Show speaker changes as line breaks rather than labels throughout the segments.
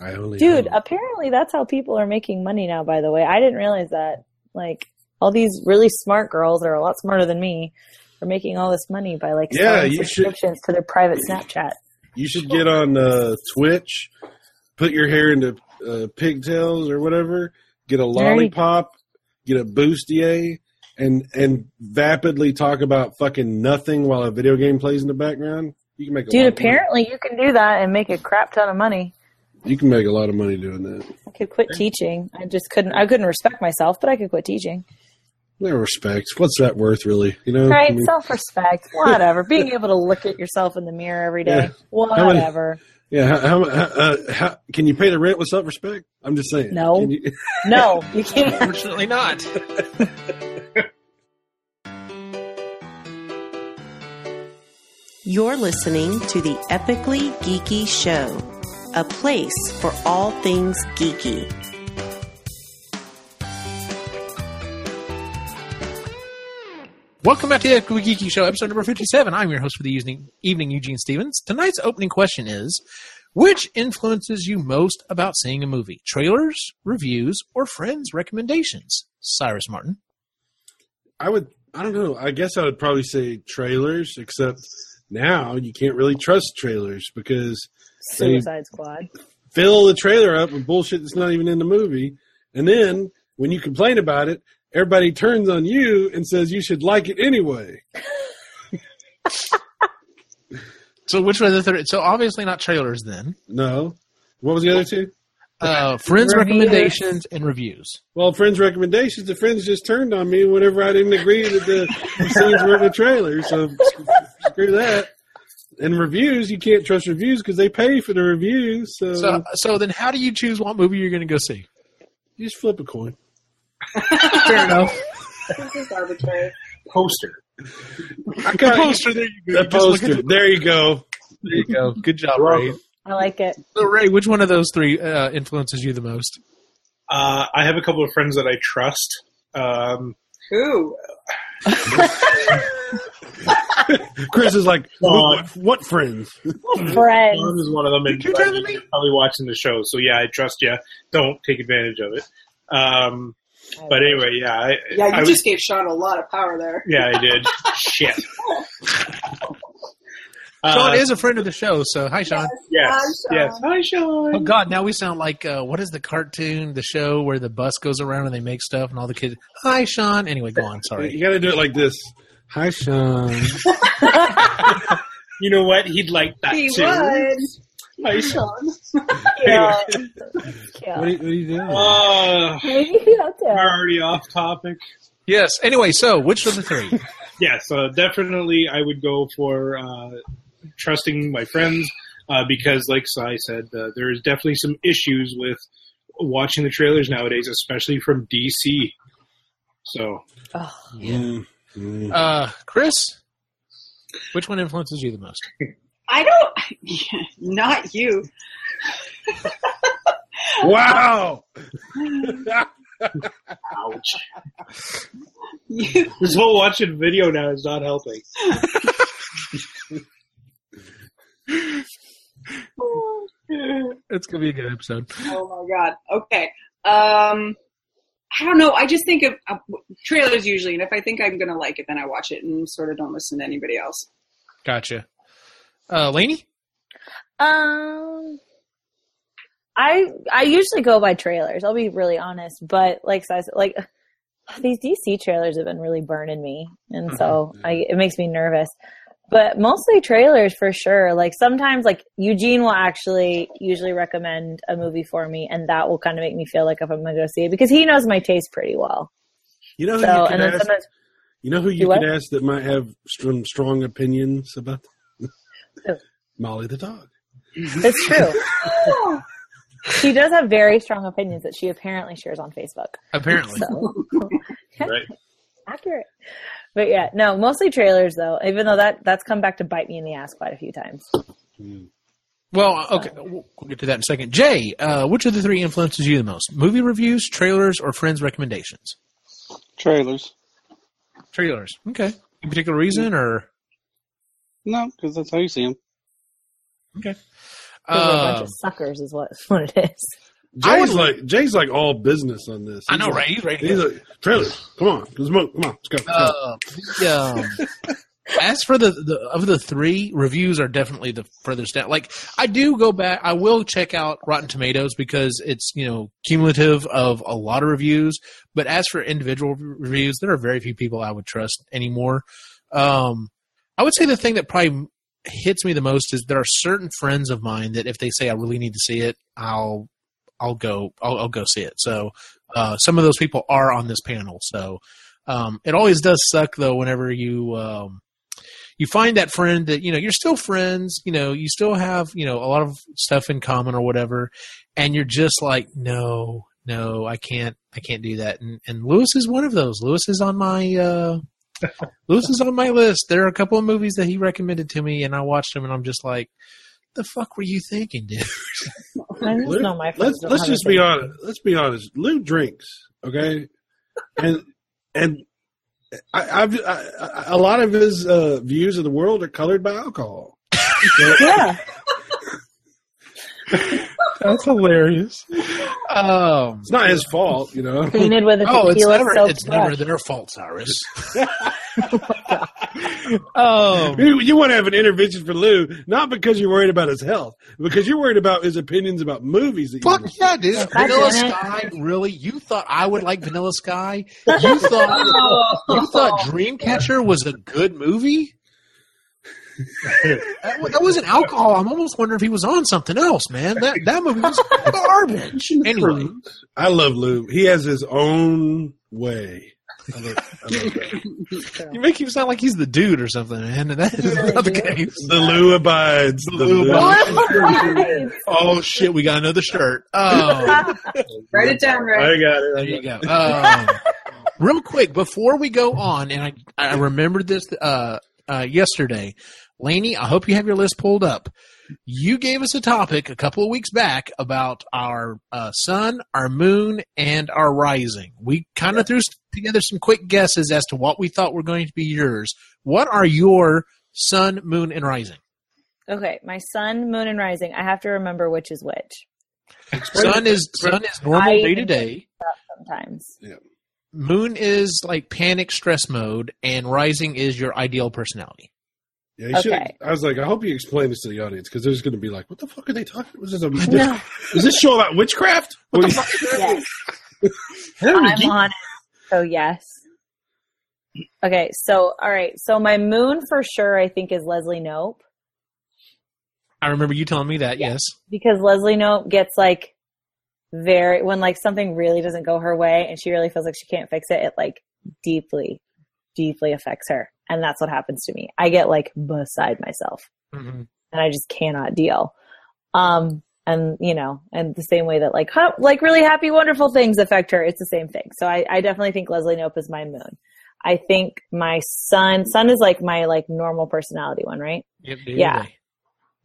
I only
Dude,
own-
apparently that's how people are making money now, by the way. I didn't realize that. Like, all these really smart girls that are a lot smarter than me are making all this money by, like,
Yeah,
selling
you should-
subscriptions to their private Snapchat.
you should get on uh, Twitch, put your hair into uh, pigtails or whatever, get a
Very-
lollipop, get a bustier, and and vapidly talk about fucking nothing while a video game plays in the background. You can make a lot
Dude,
of money.
apparently you can do that and make a crap ton of money.
you can make a lot of money doing that.
I could quit teaching. I just couldn't. I couldn't respect myself, but I could quit teaching.
No respect. What's that worth, really? You know, I
Right?
mean,
Self-respect. Whatever. Being able to look at yourself in the mirror every day.
Yeah. many-
Whatever.
yeah. How, how, uh, how can you pay the rent with self respect? I'm just saying.
No.
Can you-
No, you can't.
Unfortunately not.
You're listening to the Epically Geeky Show, a place for all things geeky.
Welcome back to the Equity Geeky Show, episode number 57. I'm your host for the evening, evening Eugene Stevens. Tonight's opening question is Which influences you most about seeing a movie? Trailers, reviews, or friends' recommendations? Cyrus Martin.
I would. I don't know. I guess I would probably say trailers, except now you can't really trust trailers because
Suicide Squad.
fill the trailer up with bullshit that's not even in the movie, and then when you complain about it, everybody turns on you and says you should like it anyway.
So, which was the third? So, obviously not trailers then.
No. What was the other two?
Uh,
Reviews.
friends' recommendations and reviews.
Well, friends' recommendations. The friends just turned on me whenever I didn't agree that the scenes were in the trailer. So screw that. And reviews, you can't trust reviews because they pay for the reviews. So,
So, so then how do you choose what movie you're going to go see?
you just flip a coin.
Fair enough.
poster.
I
The
got
poster, there you go.
the
You just look at
poster. There you go.
the- there you go. Good job,
You're
Ray.
welcome.
I like it.
So, Ray, which one of those three uh, influences you the most?
Uh, I have a couple of friends that I trust. Um,
Ooh.
Chris is like,
Aw.
what, what friends?
Friends.
Norm is one of them, and
You're telling me?
you're probably watching the show. So yeah, I trust you. Don't take advantage of it. Um, but anyway, yeah, I,
Oh, Yeah, you
I was-
just gave Sean a lot of power there.
yeah, I did. Shit.
Sean
Uh,
is a friend of the show, so hi, Sean.
yes,
Hi, Sean.
yes. Hi,
Oh
Sean.
God! Now we sound like uh, what is the cartoon, the show where the bus goes around and they make stuff, and all the kids. Hi, Sean. Anyway, go on.
You
Sorry.
got to do it like this. Hi, Sean.
You know what? He'd like that
He
too.
would.
Hi, Sean.
Yeah.
What are
Yeah.
you, what are you doing?
Uh, we're
Yeah.
already off topic.
Yes. Anyway, so which of the three?
Yes, uh, definitely. I would go for uh, trusting my friends uh, because, like Sai said, uh, there is definitely some issues with watching the trailers nowadays, especially from DC. So
Oh,
Mm, mm.
Uh, Chris, which one influences you the most?
I don't. Not you.
Wow.
ouch.
You.
This whole watching video now is not helping.
It's gonna be a good episode.
Oh my god. Okay. Um, I don't know. I just think of uh, trailers usually, and if I think I'm gonna like it, then I watch it and sort of don't listen to anybody else.
Gotcha. Uh, Lainey.
Um, I I usually go by trailers. I'll be really honest, but like so I said, like these DC trailers have been really burning me, and so
Mm-hmm.
I, it makes me nervous. But mostly trailers for sure. Like sometimes, like Eugene will actually usually recommend a movie for me, and that will kind of make me feel like if I'm going to go see it because he knows my taste pretty well.
You know who
So
Oh, you
and
could
then
ask?
sometimes
You know who
Do
you
what?
could ask that might have some strong opinions about
Who?
Molly the dog.
it's true. she does have very strong opinions that she apparently shares on Facebook.
Apparently.
So.
Right?
accurate. But yeah, no, mostly trailers though. Even though that that's come back to bite me in the ass quite a few times.
Well, okay. We'll we'll get to that in a second. Jay, uh, which of the three influences you the most? Movie reviews, trailers, or friends' recommendations?
trailers.
Trailers. Okay. Any particular reason or?
No, because that's how you see them.
Okay.
Because we're a bunch
Um,
of suckers is what, what it is.
I
Jay's
would-
like Jay's like all business on this.
I know,
He's
right? He's right
Like, he's
here.
like trailers. Come on, let's move. Come on, let's go. Let's go.
Um, the, um, as for the, the of the three reviews are definitely the furthest down. Like I do go back, I will check out Rotten Tomatoes because it's you know cumulative of a lot of reviews. But as for individual re- reviews, there are very few people I would trust anymore. Um, I would say the thing that probably hits me the most is there are certain friends of mine that if they say I really need to see it, I'll I'll go I'll, I'll go see it. So uh, some of those people are on this panel. So um, it always does suck though whenever you um, you find that friend that you know you're still friends, you know you still have you know a lot of stuff in common or whatever, and you're just like no no I can't I can't do that. And, and Lewis is one of those. Lewis is on my. Uh, Lewis is on my list. There are a couple of movies that he recommended to me, and I watched them, and I'm just like, "The fuck were you thinking, dude?"
I just
Let-
know my friends
let's
don't
let's
have
just be
anything.
honest. Let's be honest. Lou drinks, okay, and and I, I've I, I, a lot of his uh, views of the world are colored by alcohol. So,
Yeah.
That's hilarious. Um,
it's not his fault, you know.
Painted with a
oh, it's
tequila
never
soaked
it's never
brush.
their fault, Cyrus. um,
You, you want to have an intervention for Lou, not because you're worried about his health, because you're worried about his opinions about movies. That you
fuck yeah, dude!
God
Vanilla
damn it.
Sky, really? You thought I would like Vanilla Sky? You thought you thought Dreamcatcher was a good movie? That, wa- that wasn't alcohol. I'm almost wondering if he was on something else, man. That that movie was garbage. Anyway,
I love Lou. He has his own way. I love, I love that.
you make him sound like he's the dude or something, man, and that is not the case.
the Lou abides. The
Lou
Lou.
abides.
Right.
Oh shit, we got another shirt. Um,
Write it down, right?
I got it.
There you go. Um, real quick, before we go on, and I, I remembered this uh, uh, yesterday. Laney, I hope you have your list pulled up. You gave us a topic a couple of weeks back about our uh, sun, our moon, and our rising. We kind of threw s- together some quick guesses as to what we thought were going to be yours. What are your sun, moon, and rising?
Okay, my sun, moon, and rising. I have to remember which is which
Sun is sun is normal
I-
day to day.
sometimes.
Moon is like panic stress mode, and rising is your ideal personality.
Yeah, you should.
Okay.
I was like, I hope you explain this to the audience because they're just going to be like, "What the fuck are they talking? Was this a
No.
is this show about witchcraft?" What the fuck?
Yes,
Hey,
I'm
geek.
on it. So yes. Okay, so all right, so my moon for sure I think is Leslie Nope
I remember you telling me that.
Yeah.
Yes.
because Leslie Nope gets like very when like something really doesn't go her way and she really feels like she can't fix it. It like deeply, deeply affects her, and that's what happens to me. I get like beside myself.
Mm-hmm.
and I just cannot deal. Um, and you know, and the same way that like huh, like really happy, wonderful things affect her, it's the same thing. So I, I definitely think Leslie Nope is my moon. I think my son son is like my like normal personality one, right?
Yep,
Yeah.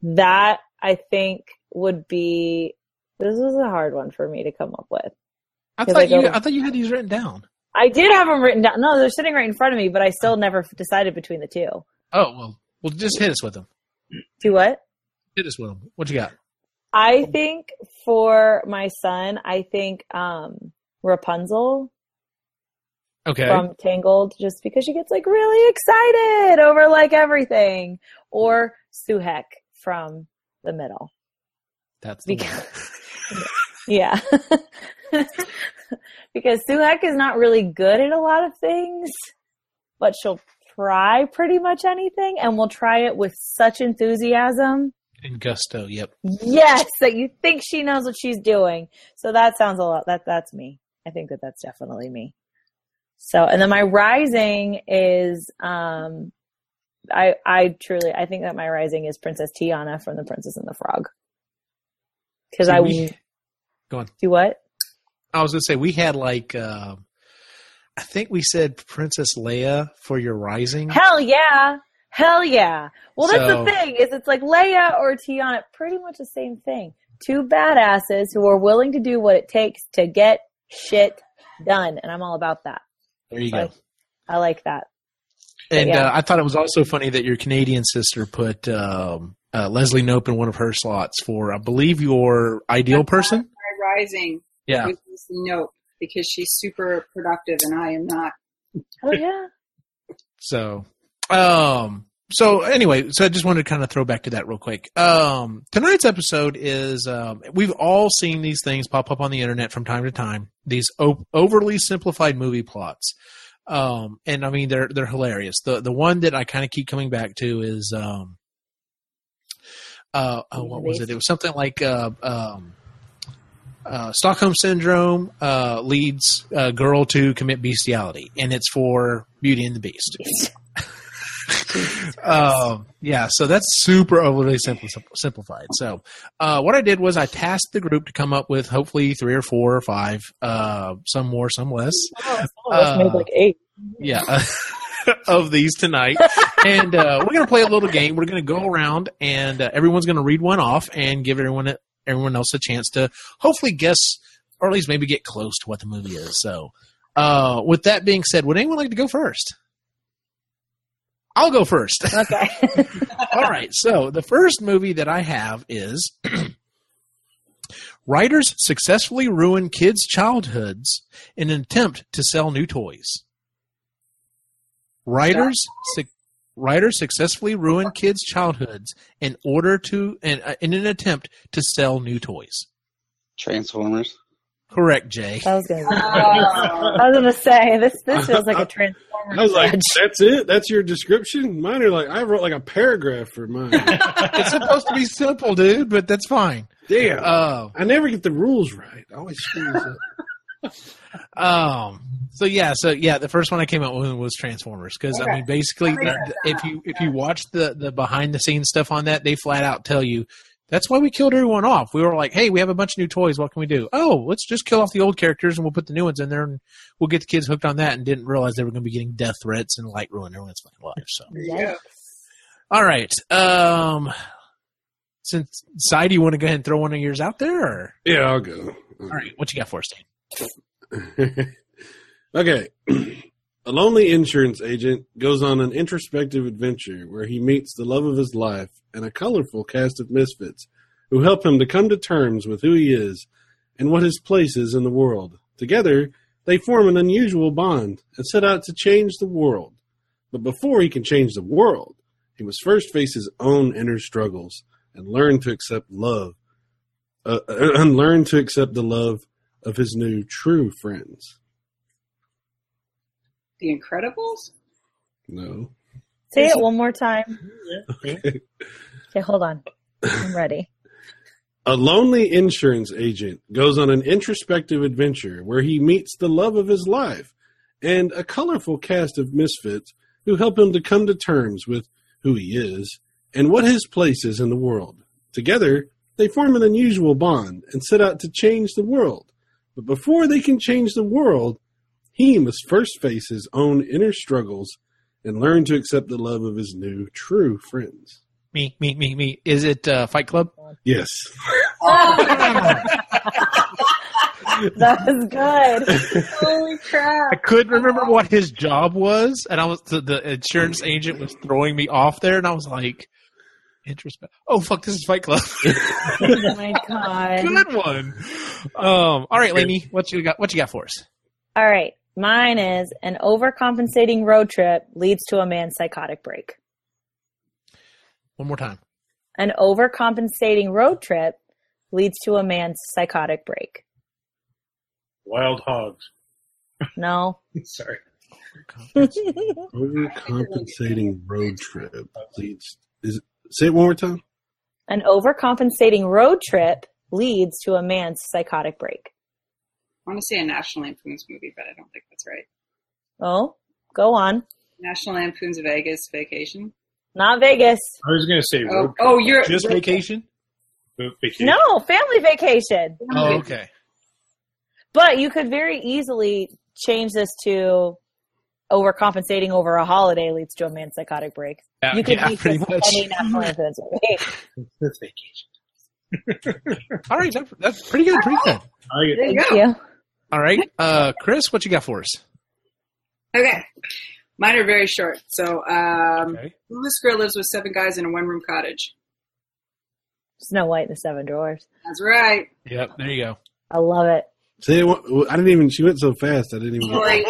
That I think would be this was a hard one for me to come up with.
I
Here
thought
they go.
you. I thought you had these written down.
I did have them written down. No, they're sitting right in front of me, but I still never f- decided between the two.
Oh well. Well, just hit us with them.
Do what?
Hit us with them. What you got?
I think for my son, I think um Rapunzel
Okay.
from Tangled just because she gets like really excited over like everything. Or Suhek from the middle.
That's the
Because Yeah. because Suhek is not really good at a lot of things, but she'll try pretty much anything and will try it with such enthusiasm.
one. in gusto. Yep.
Yes, that you think she knows what she's doing. So that sounds a lot. That that's me. I think that that's definitely me. So, and then my rising is, um, I I truly I think that my rising is Princess Tiana from The Princess and the Frog. Because
See,
I
we- Go on.
do what?
I was gonna say we had like. Um, I think we said Princess Leia for your rising.
Hell yeah, hell yeah. Well, that's
So-
the thing is it's like Leia or Tiana, pretty much the same thing. Two badasses who are willing to do what it takes to get shit done, and I'm all about that.
there you
Sorry.
go.
I like that.
And
yeah.
uh, I thought it was also funny that your Canadian sister put um, uh, Leslie Nope in one of her slots for, I believe, your ideal person.
Red Rising
Yeah.
with this note because she's super productive and I am not.
Oh yeah.
So, um, so anyway, so I just wanted to kind of throw back to that real quick. Um, tonight's episode is um, we've all seen these things pop up on the internet from time to time. These o- overly simplified movie plots, um, and I mean they're they're hilarious. The the one that I kind of keep coming back to is, um, uh, oh, what was it? It was something like. Uh, um, uh, Stockholm syndrome uh, leads a girl to commit bestiality, and it's for Beauty and the Beast. um, yeah, so that's super overly simple, sim- simplified. So, uh, what I did was I tasked the group to come up with hopefully three or four or five, uh, some more, some less.
Oh,
let's
Uh,
make like eight.
Yeah. of these tonight. And uh, we're going to play a little game. We're going to go around and uh, everyone's going to read one off and give everyone a, everyone else a chance to hopefully guess or at least maybe get close to what the movie is. So, uh, with that being said, would anyone like to go first? I'll go first.
Okay.
All right. So the first movie that I have is writers successfully ruin kids' childhoods in an attempt to sell new toys. Writers su- writers successfully ruin kids' childhoods in order to in, uh, in an attempt to sell new toys.
Transformers.
Correct, Jay.
I was gonna.
Oh.
I was gonna say this. This feels like a transformer.
I was like,
judge.
that's it? That's your description? Mine are like, I wrote like a paragraph for mine.
It's supposed to be simple, dude, but that's fine.
Damn.
Uh,
I never get the rules right. I always screw this up.
Um. So yeah. So yeah. The first one I came up with was Transformers because I
Okay.
mean, basically,
That makes sense.
if you if you watch the the behind the scenes stuff on that, they flat out tell you that's why we killed everyone off. We were like, hey, we have a bunch of new toys. What can we do? Oh, let's just kill off the old characters and we'll put the new ones in there and we'll get the kids hooked on that. And didn't realize they were going to be getting death threats and like ruin everyone's fucking life. So
Yikes.
all right. Um. Since Sai, do you want to go ahead and throw one of yours out there? Or?
Yeah, I'll go.
All right. What you got for us, Dan?
okay. A lonely insurance agent goes on an introspective adventure where he meets the love of his life and a colorful cast of misfits who help him to come to terms with who he is and what his place is in the world. Together, they form an unusual bond and set out to change the world. But before he can change the world, he must first face his own inner struggles and learn to accept love, uh, and learn to accept the love of his new true friends.
The Incredibles?
No.
Say it one more time.
Yeah.
Okay, hold on. I'm ready.
A lonely insurance agent goes on an introspective adventure where he meets the love of his life and a colorful cast of misfits who help him to come to terms with who he is and what his place is in the world. Together, they form an unusual bond and set out to change the world. But before they can change the world, he must first face his own inner struggles and learn to accept the love of his new true friends.
Me, me, me, me. Is it uh, Fight Club?
Yes.
That was good.
Holy
I
crap.
couldn't remember what his job was, and I was the, the insurance agent was throwing me off there, and I was like, "Interesting. Oh fuck, this is Fight Club.
Oh my god.
Good one. Um, all right, Lainey, what you got? What you got for us?
All right. Mine is an overcompensating road trip leads to a man's psychotic break.
One more time.
An overcompensating road trip leads to a man's psychotic break.
Wild hogs.
No.
Sorry.
Overcompensating road trip leads. Is say it one more time.
An overcompensating road trip leads to a man's psychotic break.
I want to say a National Lampoon's movie, but I don't think that's right.
Oh, go on.
National Lampoon's Vegas Vacation.
Not Vegas.
I was going to say road
Oh, oh you're
Just vacation.
trip vacation.
No, family vacation.
Oh, okay.
But you could very easily change this to overcompensating over a holiday leads to a man's psychotic break.
Yeah,
you could
yeah,
use
pretty
this
much.
any national influence movie.
That's vacation.
All right, that, that's pretty good. Pretty good.
I get
There you
Thank
go.
you.
All right, uh, Chris, what you got for us?
Okay. Mine are very short. So, um,
Okay.
this girl lives with seven guys in a one room cottage.
Snow White and the Seven Dwarfs.
That's right.
Yep, there you go.
I love it.
See, it wa- I didn't even. She went so fast. I didn't even.
Sorry,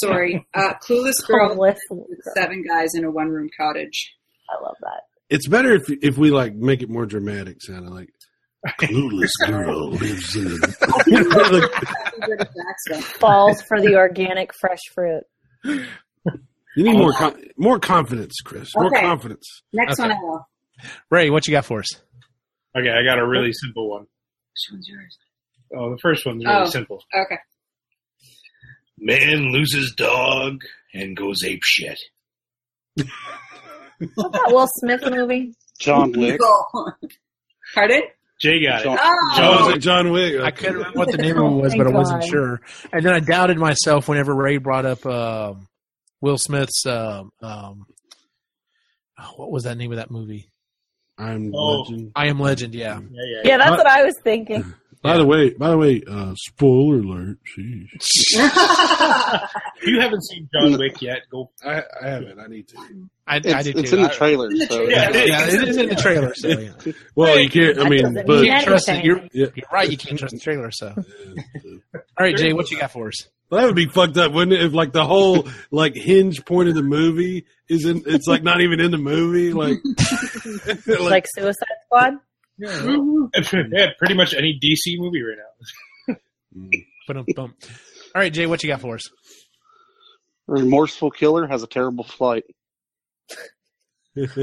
sorry. Uh, clueless girl
Homeless.
with seven guys in a one-room cottage.
I love that.
It's better if if we like make it more dramatic, sounding like clueless girl lives in. Like,
That's a British accent.
Falls for the organic fresh fruit.
you need more con- more confidence, Chris. More
Okay.
confidence.
Next
Okay.
one, I will.
Ray, what you got for us?
Okay, I got a really simple one.
Which one's yours?
Oh, the first one's really
Oh.
simple.
Okay.
Man loses dog and goes ape shit.
What's that Will Smith movie?
John Wick.
Cool. Pardon?
Jay got it.
John-
Oh,
Oh,
John-
is it John Wick.
I couldn't remember what the name of it was,
Oh, Thank
but I wasn't
God.
sure. And then I doubted myself whenever Ray brought up um, Will Smith's. Um, um, oh, what was that name of that movie?
I'm
Oh.
watching.
I Am Legend. Yeah,
Yeah, yeah,
Yeah, that's what I was thinking.
By the way, by the way, uh, spoiler alert. Jeez.
If you haven't seen John Wick yet, go.
I, I haven't. I need to.
I, I
It's,
did
it's
too.
in the
I-
trailer. So
Yeah, it is.
yeah, it is in the trailer. So yeah.
Well, you can't. I
That
mean,
doesn't
but
mean
you can't trust it. You're,
yeah.
you're right. You can't trust the trailer. So all
yeah.
right, Jay, what you got for us?
Well, that would be fucked up, wouldn't it? If like the whole like hinge point of the movie is in, it's like not even in the movie. Like, like,
Like Suicide Squad?
yeah, pretty much any DC movie right now.
Mm.
Boom, boom. All right, Jay, what you got for us?
Remorseful killer has a terrible flight.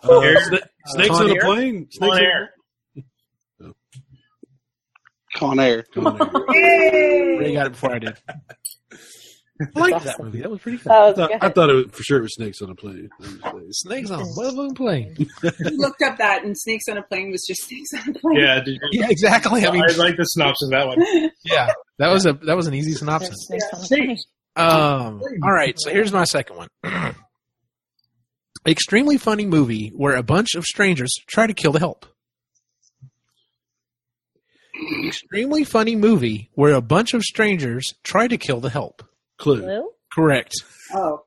Uh,
Air-
sna- snakes
Con
on a
Air?
plane. Snakes
Con
on a-
Air.
Con Air.
Con Air.
Ray got it before I did. I liked that movie. That was pretty cool.
I
That was
thought,
Oh, good.
I thought it was, for sure it was snakes on a plane.
Snakes on a motherfucking plane.
we looked up that, and snakes on a plane was just snakes on a plane.
Yeah, did you-
Yeah, exactly. I mean,
I like the synopsis of that one.
yeah, that was a that was an easy synopsis.
There's snakes on the plane.
Um, all right, so here's my second one. Extremely funny movie where a bunch of strangers try to kill the help. Extremely funny movie where a bunch of strangers try to kill the help.
Clue.
Blue?
Correct.
Oh,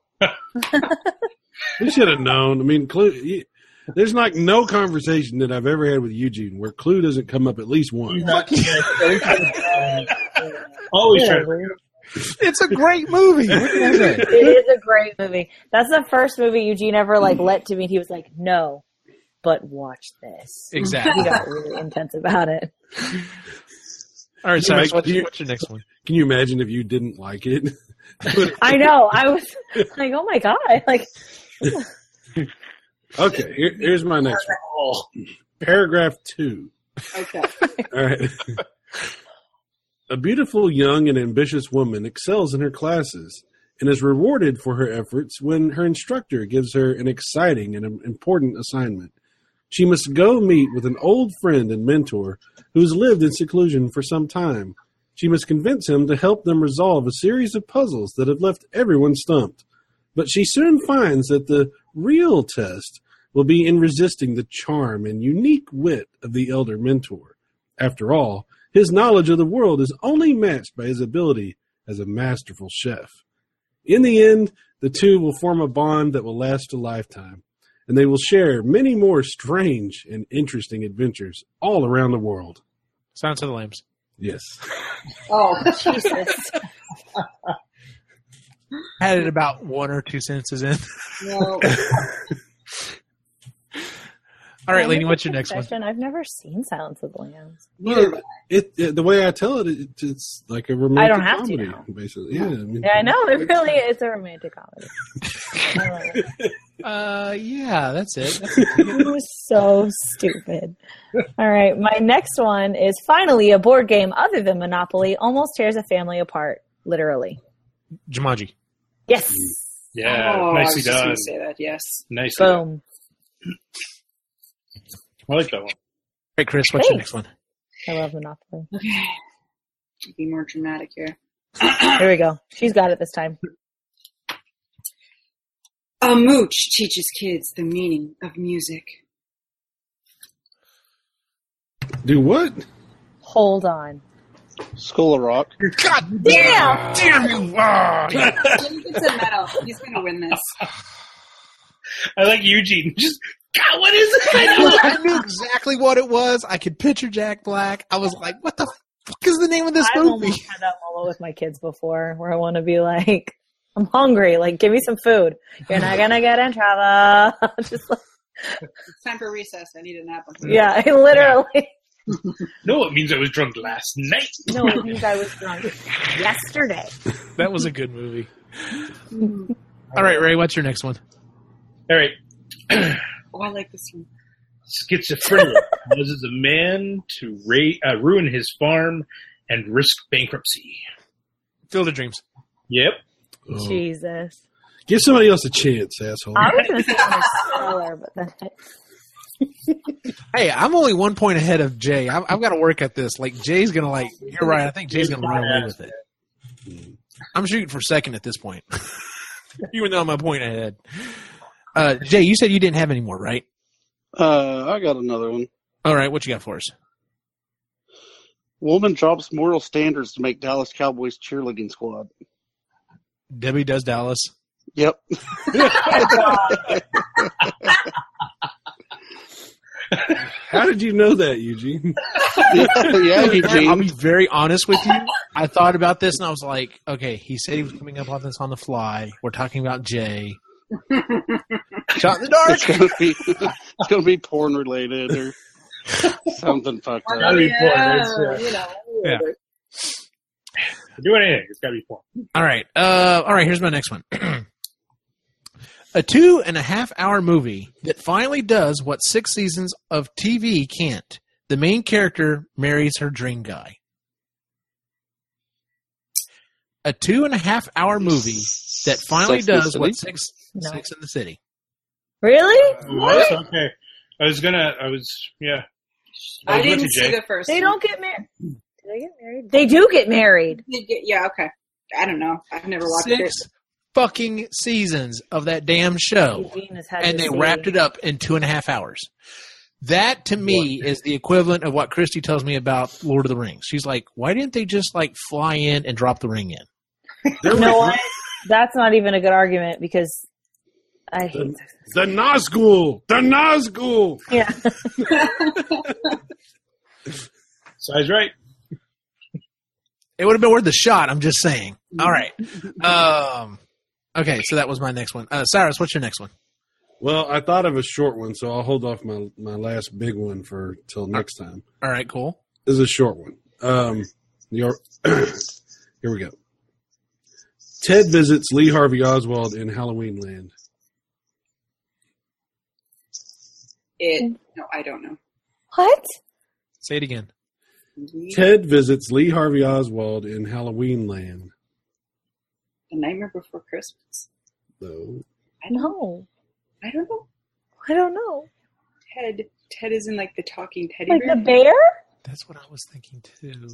We should have known. I mean, Clue. You, there's like no conversation that I've ever had with Eugene where Clue doesn't come up at least once.
Always try to
It's a great movie. What can I say?
It is a great movie. That's the first movie Eugene ever like let to me. He was like, "No, but watch this." He
Exactly.
got really intense about it.
All right, so
Mike,
what's,
you-
what's your next one?
Can you imagine if you didn't like it?
I know. I was like, "Oh my god!" Like,
Okay, here, here's my next one. Paragraph two.
okay.
All right. A beautiful, young, and ambitious woman excels in her classes and is rewarded for her efforts when her instructor gives her an exciting and important assignment. She must go meet with an old friend and mentor who's lived in seclusion for some time. She must convince him to help them resolve a series of puzzles that have left everyone stumped. But she soon finds that the real test will be in resisting the charm and unique wit of the elder mentor. After all, his knowledge of the world is only matched by his ability as a masterful chef. In the end, the two will form a bond that will last a lifetime, and they will share many more strange and interesting adventures all around the world.
Sounds of the Lambs.
Yes.
Oh,
Jesus.
Had it about one or two sentences in.
no.
All right, Lady, what's your next one?
Confession, I've never seen Silence of the Lambs.
Well, it, it- the way I tell it, it it's like a romantic
I don't have to
comedy,
now.
basically. Yeah, I mean,
Yeah, I know. It really is a romantic comedy. I love it.
Uh, yeah, that's it. That's
It was so stupid. All right, my next one is finally a board game other than Monopoly almost tears a family apart, literally.
Jumanji.
Yes.
Yeah,
oh, I
nicely
was just gonna
done.
Say that. Yes.
Nicely done.
Boom.
I like that one.
All right, Chris, what's your
Thanks.
next one?
I love Monopoly.
Okay. Be more dramatic here.
Here we go. She's got it this time.
A mooch teaches kids the meaning of music.
do what?
Hold on.
School of Rock.
God
Damn!
damn you!
Jim gets a medal. He's gonna win this.
I like Eugene. Just God, what is it? I know.
I knew exactly what it was. I could picture Jack Black. I was like, what the fuck is the name of this
I've
movie?
almost had that moment with my kids before, where I want to be like, "I'm hungry. Like, give me some food. You're not gonna get in trouble." Just like,
It's time for recess. I need a nap.
yeah, I literally.
No, it means I was drunk last night.
No, it means I was drunk yesterday.
That was a good movie. All right, Ray, what's your next one?
All right.
Oh, I like this one.
Schizophrenia causes a man to ra- uh, ruin his farm and risk bankruptcy.
Field of Dreams.
Yep.
Oh.
Jesus,
Oh, Give somebody else a chance, asshole.
I was gonna say Interstellar, but then
Hey, I'm only one point ahead of Jay. I've, I've got to work at this. Like Jay's gonna like. You're right. I think Jay's gonna run away with it. I'm shooting for second at this point, even though I'm a point ahead. Uh, Jay, you said you didn't have any more, right?
Uh, I got another one.
All right, what you got for us?
Woman drops moral standards to make Dallas Cowboys cheerleading squad.
Debbie does Dallas.
Yep.
How did you know that, Eugene?
yeah,
I'll
Eugene.
be very honest with you. I thought about this and I was like, okay, he said he was coming up on this on the fly. We're talking about Jay. Shot in the dark.
It's gonna be it's gonna be porn related or something fucked
Well,
up.
That'd be fun, that's, uh,
you know.
yeah.
Do anything. It's got to be fun.
All right. Uh, all right. Here's my next one. a two and a half hour movie that finally does what six seasons of TV can't. The main character marries her dream guy. A two and a half hour movie that finally
Sex and the
does what
City?
six
No.
six in the city.
really,
What? Okay. I was gonna. I was. Yeah. was
I
with
didn't
you,
see
Jay.
the first.
they
one.
don't get married. Do they get married? They do get married.
They get- Yeah. Okay. I don't know. I've never watched
Six fucking seasons of that damn show.
Eugene has had
Oh.
to
and they
see.
wrapped it up in two and a half hours. That to me is the equivalent of what Christy tells me about Lord of the Rings. She's like, why didn't they just like fly in and drop the ring in?
There
You know
was
what? That's not even a good argument because I hate.
the Nazgul. The Nazgul.
Yeah.
So I was right.
It would have been worth the shot. I'm just saying. All right. Um, okay. So that was my next one. Uh, Cyrus, what's your next one?
Well, I thought of a short one, so I'll hold off my, my last big one for till next time.
All right, cool.
This is a short one. Um, your, here we go. Ted visits Lee Harvey Oswald in Halloween Land.
it. No, I don't know.
What?
Say it again.
The
Ted visits Lee Harvey Oswald in Halloween Land.
Nightmare Before Christmas.
Though
I don't.
No,
I don't know.
I don't know.
Ted. Ted is in like the talking teddy
Like
bear.
the bear?
That's what I was thinking too.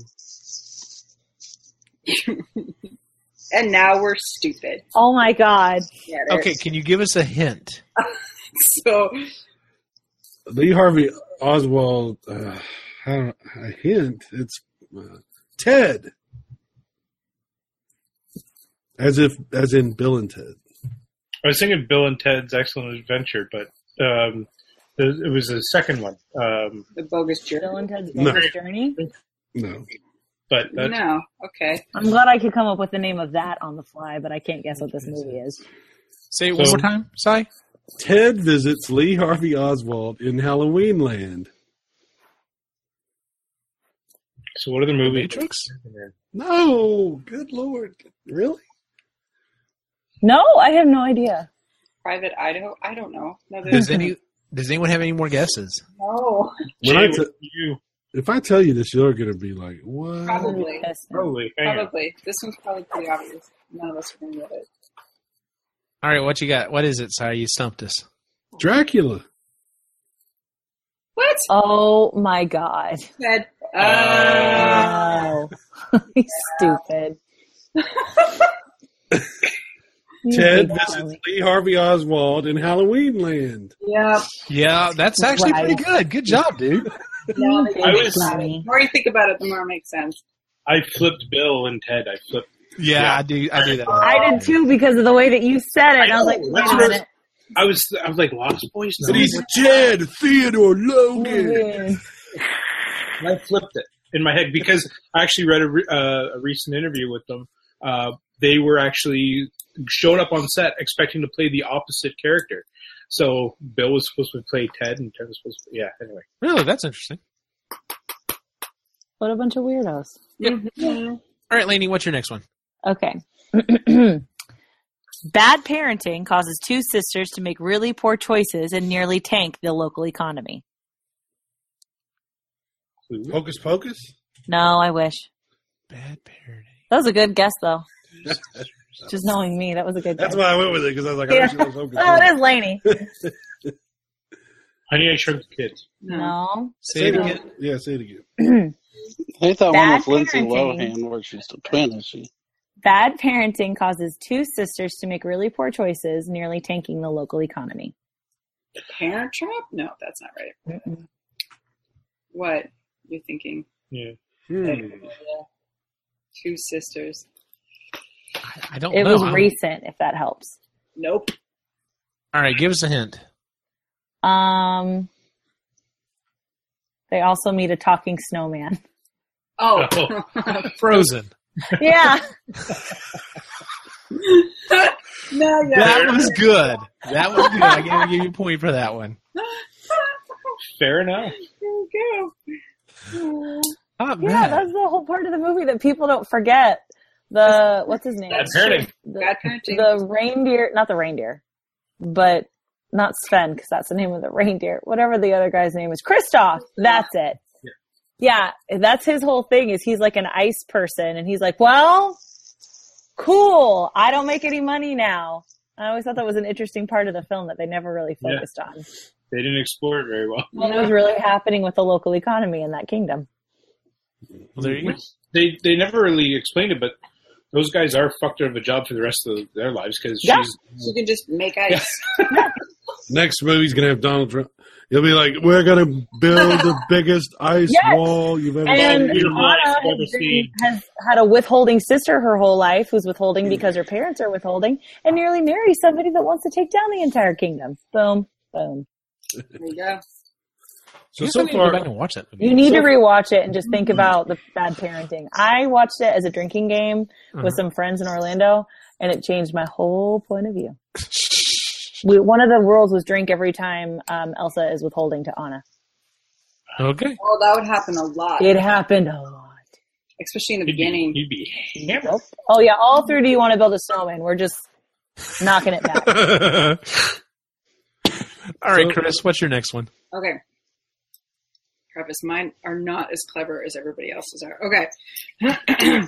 and now we're stupid.
Oh my god!
Yeah, there
Okay.
it is.
Can you give us a hint?
So
Lee Harvey Oswald, uh, I don't, a hint. It's uh, Ted, as if as in Bill and Ted.
I was thinking Bill and Ted's Excellent Adventure, but um, the, it was the second one. Um,
the bogus
Bill
journey.
and Ted's
No.
Bogus Journey.
No,
but that's,
No. Okay.
I'm glad I could come up with the name of that on the fly, but I can't guess what this movie is.
Say it one
So-
more time, Cy.
Ted visits Lee Harvey Oswald in Halloween Land.
so what other movie?
Matrix?
No, good lord, really?
No, I have no idea.
Private Idaho. I don't know. Another,
Does any does anyone have any more guesses?
no.
Jay,
When I
what
t-
did you
If I tell you this, you're gonna be like, "What?"
Probably.
Yes.
Oh,
probably. Hang on.
Probably. This one's probably pretty obvious. None of us are gonna get it.
All right, what you got? What is it, Cy? You stumped us.
Dracula.
What?
Oh my god!
Ted. Uh,
Oh, he's stupid. You
Ted
hate that
visits
movie.
Lee Harvey Oswald in Halloween Land.
yeah.
Yeah, that's actually
Right.
pretty good. Good job, dude.
No, they
I
didn't
was-
got it. The more you think about it, the more it makes sense.
I flipped Bill and Ted. I flipped.
Yeah,
Yeah.
I do. I do that.
I did too because of the way that you said it. I, was like,
that's
wait a
what-
minute.
I was I was like Lost Boys. No,
But he's dead, Theodore Logan.
Logan.
I flipped it in my head because I actually read a, re- uh, a recent interview with them. Uh, they were actually showed up on set expecting to play the opposite character. So Bill was supposed to play Ted, and Ted was supposed to. Yeah, anyway.
Really, that's interesting.
What a bunch of weirdos.
Mhm.
All right, Lainey, what's your next one?
Okay. Bad parenting causes two sisters to make really poor choices and nearly tank the local economy.
Hocus Pocus?
No, I wish.
Bad parenting.
That was a good guess, though. Just knowing me, that was a good guess.
That's why I went with it because I was like, I wish it was Hocus
Oh,
Pocus.
it is Laney.
Honey, I Shrunk the Kids.
No.
Say
Say
it
it
No.
again. Yeah, say it again.
I thought one
Bad
was Lindsay
parenting.
Lohan, where she's a twin, is she?
Bad parenting causes two sisters to make really poor choices, nearly tanking the local economy.
Parent Trap? No, that's not right. What you're thinking?
Yeah.
Hmm.
Two sisters.
I-
Oh,
I don't
It
know.
was
I'm-
recent, if that helps.
Nope.
All right, give us a hint.
Um, they also meet a talking snowman.
Oh,
Frozen.
yeah.
no, yeah.
That was good. That was good. I gotta give you a point for that one.
Fair enough.
There we go. Oh.
Not
Yeah,
bad.
that's the whole part of the movie that people don't forget. The what's his name?
That's hurting.
The,
Bad parenting.
the reindeer, not the reindeer, but not Sven because that's the name of the reindeer. Whatever the other guy's name is, Kristoff. That's it. Yeah, that's his whole thing. Is he's like an ice person, and he's like, well, cool. I don't make any money now. I always thought that was an interesting part of the film that they never really
Yeah.
focused on.
They didn't explore it very well.
What was really happening with the local economy in that kingdom?
Well, there you go.
They they never really explained it, but those guys are fucked out of a job for the rest of their lives because
Yeah.
she's
you can just make ice.
Next movie's gonna have Donald Trump. He'll be like, "We're gonna build the biggest ice
Yes.
wall you've ever
And
seen."
Beautiful life
Anna
I've ever
has, been-
seen.
has had a withholding sister her whole life who's withholding because her parents are withholding and nearly marries somebody that wants to take down the entire kingdom. Boom, boom.
There you go.
So
Guess I
so
need to go back
far,
and watch that movie.
You need to rewatch it and just think
Mm-hmm.
about the bad parenting. I watched it as a drinking game
Uh-huh.
with
Mm-hmm.
some friends in Orlando and it changed my whole point of view. We, one of the rules was drink every time um, Elsa is withholding to Anna.
Okay.
Oh, that would happen a lot,
It happened a lot.
especially in the
you'd be,
beginning.
you'd be hammered.
Nope. Oh yeah, all through do you want to build a snowman? We're just knocking it back.
All right, Chris, what's your next one?
Okay. Travis, mine are not as clever as everybody else's are. Okay.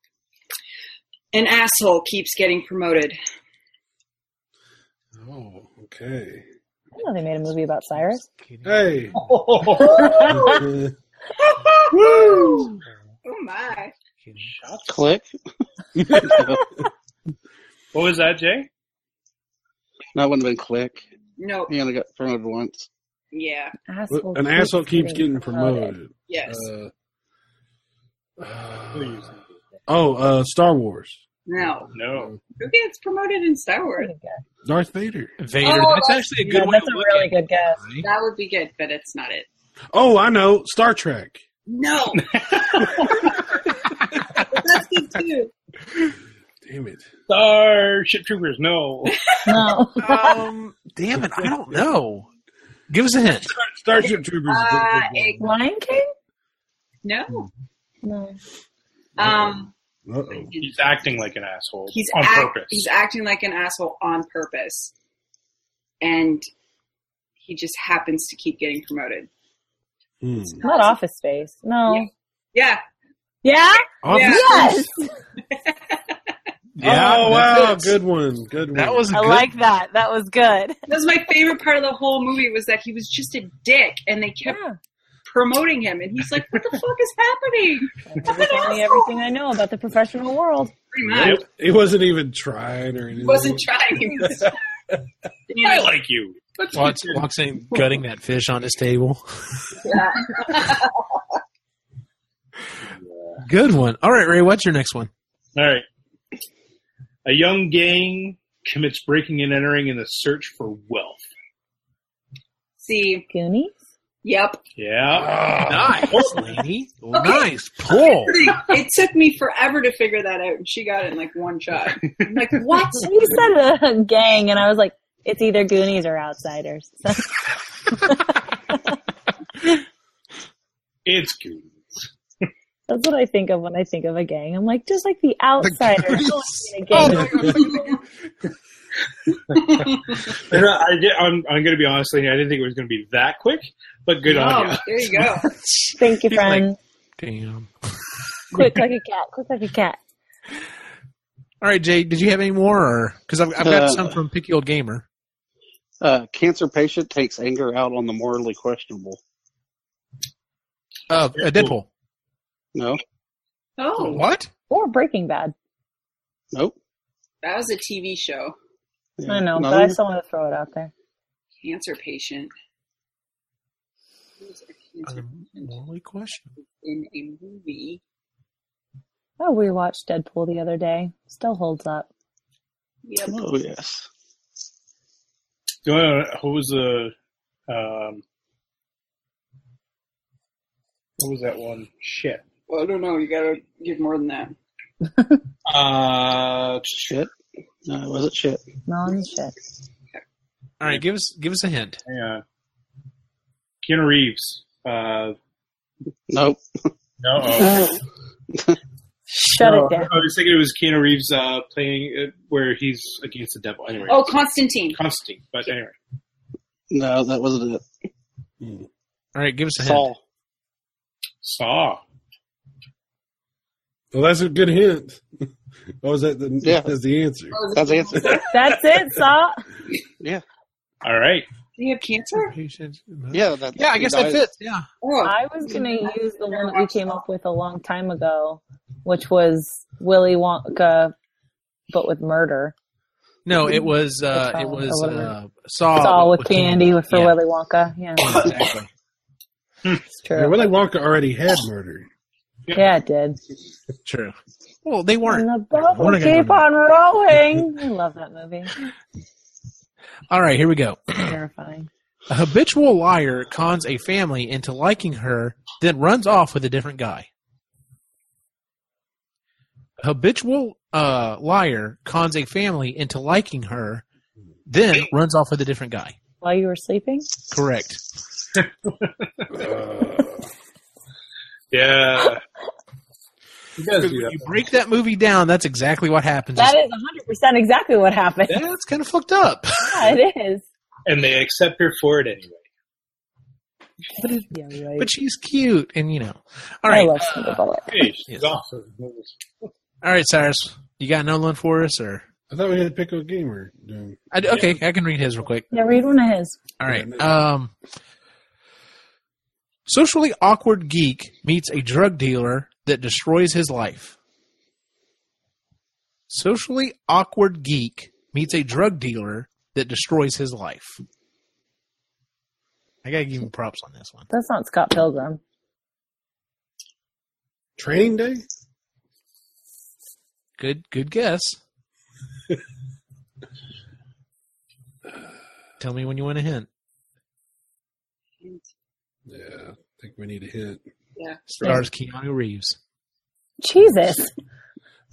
An asshole keeps getting promoted.
oh, okay.
I know they made a movie about Cyrus.
Hey,
Woo! Oh my.
Click.
What was that, Jay?
That wouldn't have been click.
No.
He only got promoted once.
Yeah.
an asshole keeps getting promoted.
Yes.
Uh, oh, uh, Star Wars.
no.
No.
Who gets promoted in Star Wars?
Darth Vader.
Vader.
Oh,
that's actually a
Yeah,
good one.
that's a really good guess.
That would be good, but it's not it.
Oh, I know, Star Trek.
No. That's good too.
Damn it.
Starship Troopers. No.
No.
Um, damn it, I don't know. Give us a hint.
Starship Troopers. is a
Uh,
good- good
it-
Lion King?
No.
No.
Um,
one. Uh-oh.
He's acting like an asshole
he's
on
act-
purpose.
He's acting like an asshole on purpose, and he just happens to keep getting promoted.
Hmm.
Not Office Space. No.
Yeah.
Yeah?
Office-
Yes.
oh, wow. Good one. Good one.
That was a
I
good
like that. That was good.
That was my favorite part of the whole movie was that he was just a dick, and they kept promoting him, and he's like, "What the fuck is happening?"
That's only everything I know about the professional world.
Pretty much.
It, it wasn't even tried or
He
anything.
wasn't trying. He was just-
I like you.
Walks, walks in gutting that fish on his table.
Yeah.
Good one. All right, Ray, what's your next one?
All right. A young gang commits breaking and entering in the search for wealth.
See,
Goonies?
yep.
Yeah.
Nice, lady. Nice pull.
it took me forever to figure that out, and she got it in like one shot. I'm like, what?
You said a gang, and I was like, it's either Goonies or Outsiders. So,
It's Goonies.
that's what I think of when I think of a gang. I'm like, just like the Outsiders.
Goonies. Oh,
don't be in a gang.
And I, I did, I'm, I'm going to be honest, Lainey, I didn't think it was going to be that quick, but good on
Oh,
you.
there you go.
Thank you,
He's like-
friend.
Damn.
Quick like a cat. Quick like a cat.
All right, Jay, did you have any more? Because I've, I've got
Uh,
some from Picky Old Gamer.
Uh, cancer patient takes anger out on the morally questionable.
Uh, uh, Deadpool.
No,
Oh,
What?
Or Breaking Bad.
nope.
that was a TV show.
Yeah,
I know,
no.
but I still want to throw it out there.
Cancer patient. Who was a cancer
Um,
patient
Morally questionable.
In a movie.
Oh, we watched Deadpool the other day. Still holds up.
Yep.
Oh yes.
Do you want to, who was the, um, what was that one? Shit.
Well, I don't know. You gotta give more than that.
Uh,
Shit. No, it wasn't shit.
Melon shit.
All right, give us give us a hint.
hang on. Keanu Reeves. Uh,
Nope.
no.
Shut
No,
it down.
I was thinking Oh, it was Keanu Reeves uh, playing uh, where he's against the devil. Anyway,
Oh, Constantine.
Constantine. But anyway,
No, that wasn't it.
All right, give us a hint.
Saul.
Saw.
Well, that's a good hint. Oh, is that the,
Yeah.
that's the answer?
Oh,
That's the answer.
That's it, Saw.
Yeah.
All right.
Do you have cancer?
Patient-
Yeah. That,
Yeah, I guess
he
that
died.
fits. Yeah.
Oh,
I was gonna use the one that we came up with a long time ago, which was Willy Wonka, but with murder.
No, it was uh,
Saw
it was
or whatever.
uh, Saw.
It's all with candy with for
Yeah,
Willy Wonka. Yeah,
exactly.
it's
Yeah,
true.
Willy Wonka already had murder.
Yeah, it did.
True. Well, they weren't.
And the bubble
We're gonna
keep
go-
on rolling. I love that movie.
All right, here we go.
Terrifying.
A habitual liar cons a family into liking her, then runs off with a different guy. A habitual uh, liar cons a family into liking her, then runs off with a different guy.
While you were sleeping,
Correct.
Yeah. He does do
When you
that.
break that movie down, that's exactly what happens.
that is 100 percent exactly what happened.
Yeah, it's kind of fucked up.
Yeah, it is.
And they accept her for it anyway.
Yeah, right.
But she's cute, and you know. All
I
right,
love Sandra Bullock.
Hey, she's
Yes.
awesome.
all right, Cyrus, you got another one for us, or
I thought we had to pick a gamer. dude.
I, okay, I can read his real quick.
Yeah, read one of his.
All right.
Yeah, no.
Um, socially awkward geek meets a drug dealer that destroys his life. Socially awkward geek meets a drug dealer that destroys his life. I gotta give him props on this one.
That's not Scott Pilgrim.
Training Day?
Good, good guess. Tell me when you want a hint.
Yeah, I think we need a hint.
Stars Keanu Reeves.
Jesus.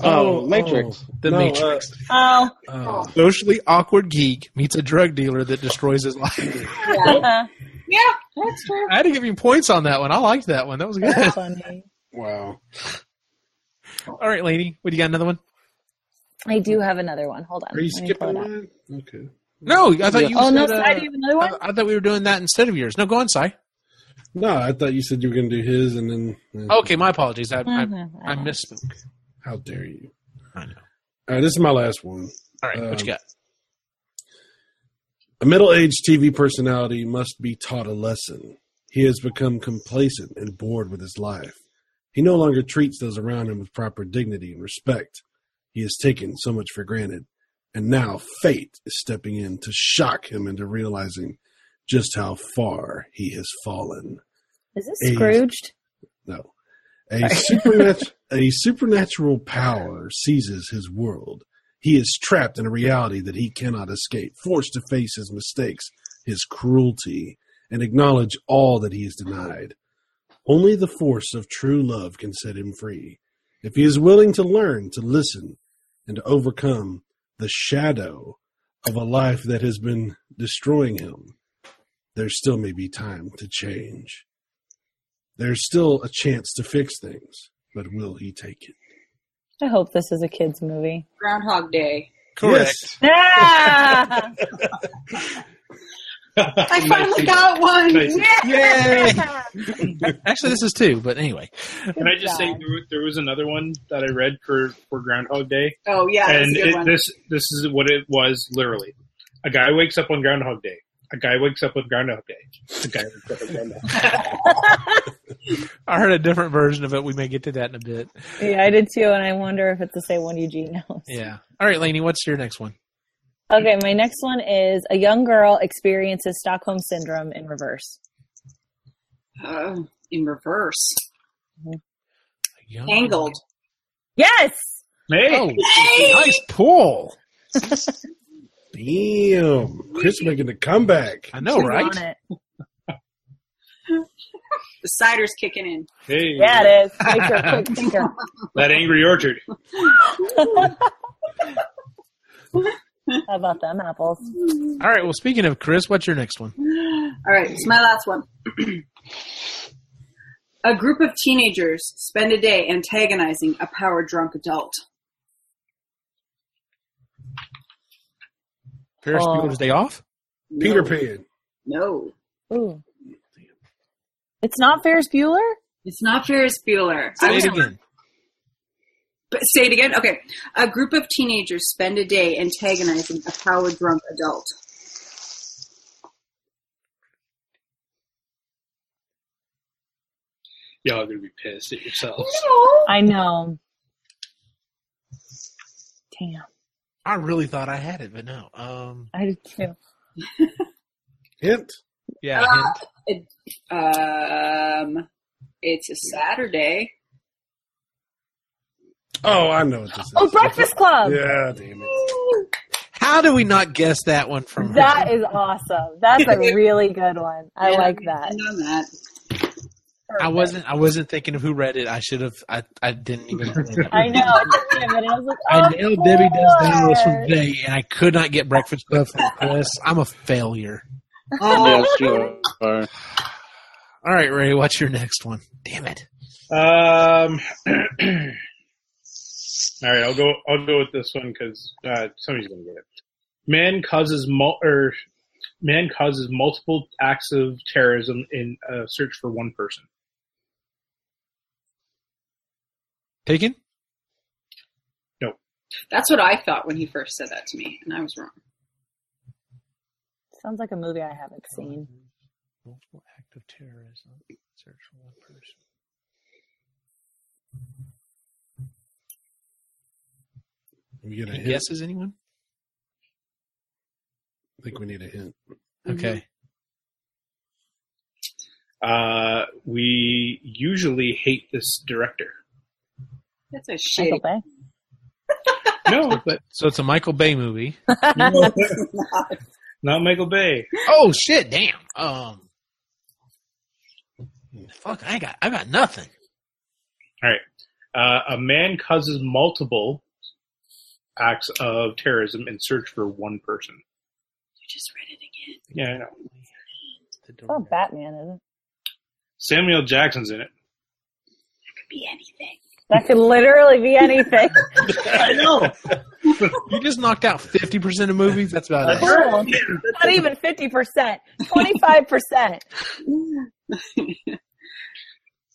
Oh, Matrix.
The
No, uh,
Matrix.
Oh.
Oh,
Socially awkward geek meets a drug dealer that destroys his life.
Yeah.
yeah, that's true.
I had to give you points on that one. I liked that one. That was good.
That's funny.
wow.
All right, lady. What, you got another one?
I do have another one. Hold on.
Are you
Let me pull
skipping
it up.
mine? Okay.
No, I thought
Yeah.
you
Oh no,
said,
sorry,
uh,
I do have another
I,
one.
I thought we were doing that instead of yours. No, go on, Cy.
No, I thought you said you were going to do his and then.
Okay, my apologies. I, I,
Mhm.
I misspoke.
How dare you?
I know.
All right, this is my last one.
All right, what you
Um,
got?
A middle aged TV personality must be taught a lesson. He has become complacent and bored with his life. He no longer treats those around him with proper dignity and respect. He has taken so much for granted. And now fate is stepping in to shock him into realizing just how far he has fallen.
Is this
Hey.
Scrooged?
No. A, supernat- a supernatural power seizes his world. He is trapped in a reality that he cannot escape, forced to face his mistakes, his cruelty, and acknowledge all that he is denied. Only the force of true love can set him free. If he is willing to learn, to listen, and to overcome the shadow of a life that has been destroying him, there still may be time to change. There's still a chance to fix things, but will he take it?
I hope this is a kids movie.
Groundhog Day.
Correct.
Yes.
Ah!
I finally got one.
Nice.
Actually, this is two, but anyway.
Can I just say there, was- there was another one that I read for for Groundhog Day,
Oh yeah, that's
and
a good
it,
one.
this this is what it was literally. A guy wakes up on Groundhog Day. A guy wakes up on Groundhog Day. A guy wakes up on Groundhog. Day.
I heard a different version of it. We may get to that in a bit.
yeah, I did too, and I wonder if it's the same one Eugene knows.
Yeah. All right, Lainey, what's your next one?
Okay, my next one is a young girl experiences Stockholm syndrome in reverse.
Oh, in reverse.
Oh.
Young-
Tangled.
Yes.
Hey,
Oh, nice pull.
Damn. Chris making a comeback.
I know,
She's
right?
on it.
The cider's kicking in.
hey,
Yeah, it is. Make her a quick thinker.
that Angry Orchard.
How about them apples?
All right. Well, speaking of Chris, what's your next one?
All right, it's my last one. a group of teenagers spend a day antagonizing a power drunk adult.
Ferris
Oh.
Bueller's Day Off.
Peter Pan.
No,
Ooh. It's not Ferris Bueller?
it's not Ferris Bueller. I
Say
was-
it again.
but say it again. Okay, a group of teenagers spend a day antagonizing a power drunk adult.
Y'all are gonna be pissed at yourselves.
I know. Damn.
I really thought I had it, but no. Um.
I did too.
Hint.
Yeah.
Uh,
hint.
Um, it's a Saturday.
Oh, I know what this is.
Oh, Breakfast Club.
Yeah, damn it.
How do we not guess that one from her?
That is awesome. That's a really good one. I
Yeah,
like
we
that.
didn't know that.
I wasn't. I wasn't thinking of who read it. I should have. I. I didn't even.
I know. I took him and I was like, oh,
I nailed Debbie Does Dallas from Day, and I could not get Breakfast Club from Chris. I'm a failure.
Oh,
yes, you are.
All right, Ray, what's your next one? Damn it.
Um. all right, I'll go. I'll go with this one because uh, somebody's gonna get it. Man causes mul- or man causes multiple acts of terrorism in a search for one person.
Taken?
That's what I thought when he first said that to me, and I was wrong.
Sounds like a movie I haven't seen.
Multiple act of terrorism. Search for one person.
We get a
Any
hint.
guesses, anyone?
I think we need a hint.
Mm-hmm.
Okay.
Uh, we usually hate this director.
That's a
Michael
shitty.
Bay.
No, but
So it's a Michael Bay movie.
not Michael Bay.
Oh shit, damn. Um Fuck, I got I got nothing.
Uh, a man causes multiple acts of terrorism in search for one person.
I just read it again.
Yeah, I know.
It's not Batman, is it?
Samuel Jackson's in it.
Could be anything.
That could literally be anything.
I know.
You just knocked out fifty percent of movies, that's about it.
Cool. Not even 50%. 25%.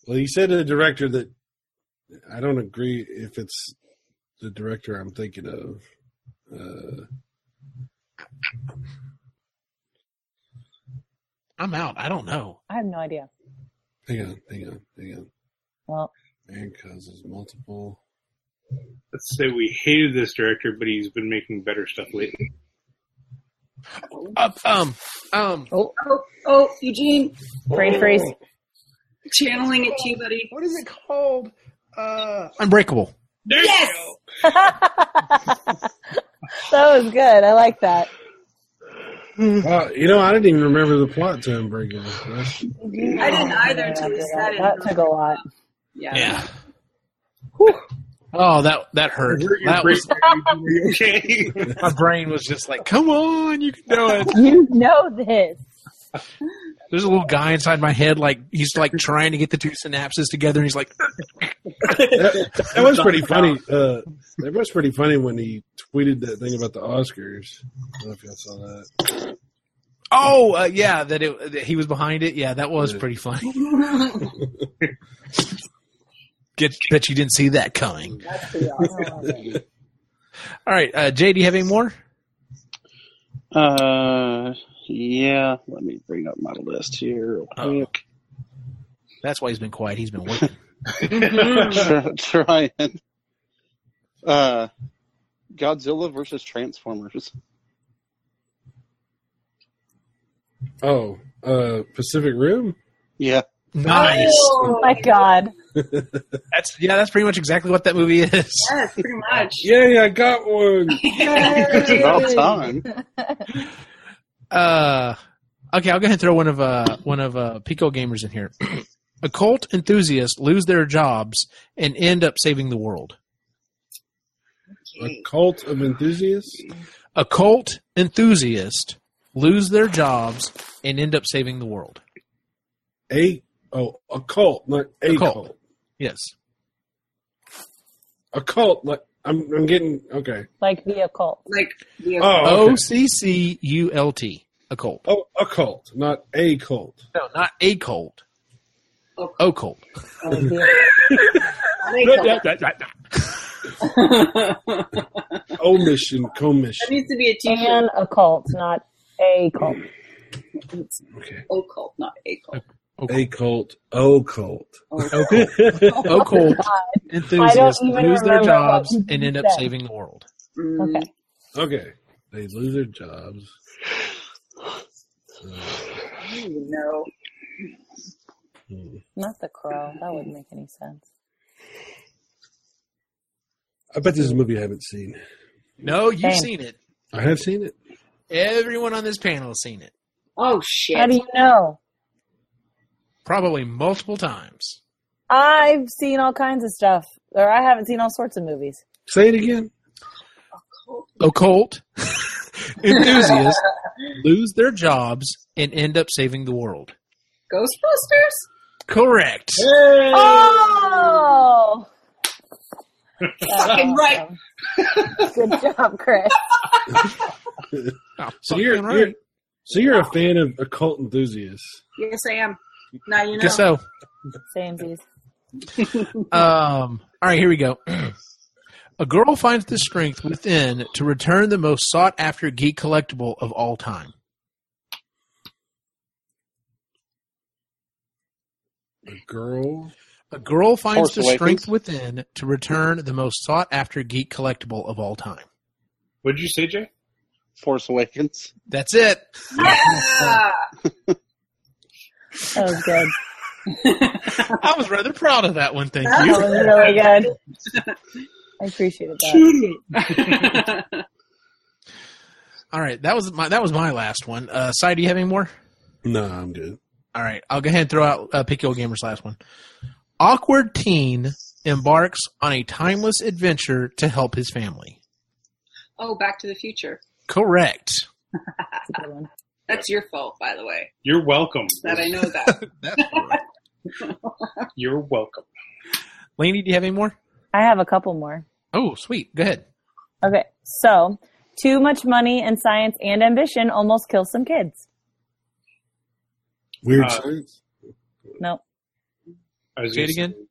Well, you said a director that I don't agree if it's the director I'm thinking of. Uh,
I'm out. I don't know.
I have no idea.
hang on, hang on, hang on.
Well,
Man causes multiple.
Let's say we hated this director, but he's been making better stuff lately.
Uh, um um
oh,
Oh, oh, Eugene,
brain freeze.
channeling it to you, buddy.
what is it called? Uh Unbreakable.
There
Yes!
you go.
That was good. I like that.
Hmm.
Wow, you know, I didn't even remember the plot to Unbreakable. That's-
I didn't either until you said it.
Oh, That took a lot.
Yeah.
Yeah. Oh, that that hurt.
Your- your
That
brain-
was,
Are you okay?
my brain was just like, "Come on, you can do it."
You know this.
There's a little guy inside my head, like he's like trying to get the two synapses together, and he's like,
That, that was pretty funny. Uh, that was pretty funny when he tweeted that thing about the Oscars. I don't know if y'all saw that.
"Oh, uh, yeah, that, it, that he was behind it." Yeah, that was pretty funny. Get, bet you didn't see that coming.
That's pretty awesome.
All right, uh, Jay, do you have any more?
Uh, yeah. Let me bring up my list here. Real
Oh.
quick.
That's why he's been quiet. He's been working.
Try- Trying. Uh, Godzilla versus Transformers.
Oh, uh, Pacific Rim.
Yeah.
nice.
Oh my god.
That's yeah. That's pretty much exactly what that movie is.
Yes, pretty much.
Yay, I got one.
It's about time.
Uh, okay, I'll go ahead and throw one of uh one of uh Pico gamers in here. Occult enthusiasts lose their jobs and end up saving the world.
A cult of enthusiasts.
Occult enthusiasts lose their jobs and end up saving the world.
A oh, a cult, not a
A cult.
cult.
Yes.
A cult. Like I'm, I'm getting okay.
Like the occult.
Like, yeah.
Oh,
O
okay.
C C U L T. Occult.
oh, a cult, not a cult.
No, not a cult.
Occult.
Occult.
They call it-
Omission,
that
commission.
needs to be a t-shirt.
An occult, not a cult.
It's
Okay.
occult, not Oh,
A
a cult.
cult, o cult.
Occult.
Oh
Occult enthusiasts
even
lose their
remember what
jobs
you
and end up
said.
saving the world.
Mm.
Okay.
Okay, they lose their jobs.
I don't even know.
Not the crow. That wouldn't make any sense.
I bet this is a movie I haven't seen.
No, you've
Thanks.
seen it.
I have seen it.
Everyone on this panel has seen it.
Oh shit!
How do you know?
Probably multiple times.
I've seen all kinds of stuff. Or I haven't seen all sorts of movies.
Say it again.
occult enthusiasts lose their jobs and end up saving the world.
Ghostbusters?
Correct.
Oh!
Fucking right.
Good job, Chris.
So you're, you're so you're a fan of occult enthusiasts.
Yes, I am. Now you know.
guess so.
Samesies.
Um, all right, here we go. A girl finds the strength within to return the most sought after geek collectible of all time.
A girl.
A girl finds
Force
the
Awakens.
strength within to return the most sought after geek collectible of all time.
What did you say, Jay?
Force Awakens.
That's it.
Ah,
That was Oh, good.
I was rather proud of that one. Thank
That
you.
was really good. I appreciated that.
All right, that was my that was my last one. Uh, Sai, do you have any more?
No, I'm good.
All right, I'll go ahead and throw out uh, Pick Your Gamer's last one. Awkward teen embarks on a timeless adventure to help his family.
oh, Back to the Future.
Correct.
That's a good one.
That's your fault, by the way.
You're welcome.
That I know that.
That's correct.
You're welcome.
Laney, do you have any more?
I have a couple more.
Oh, sweet. Go ahead.
Okay, so too much money and science and ambition almost kill some kids.
Weird
Uh,
science.
No,
I was
Say it
gonna
again.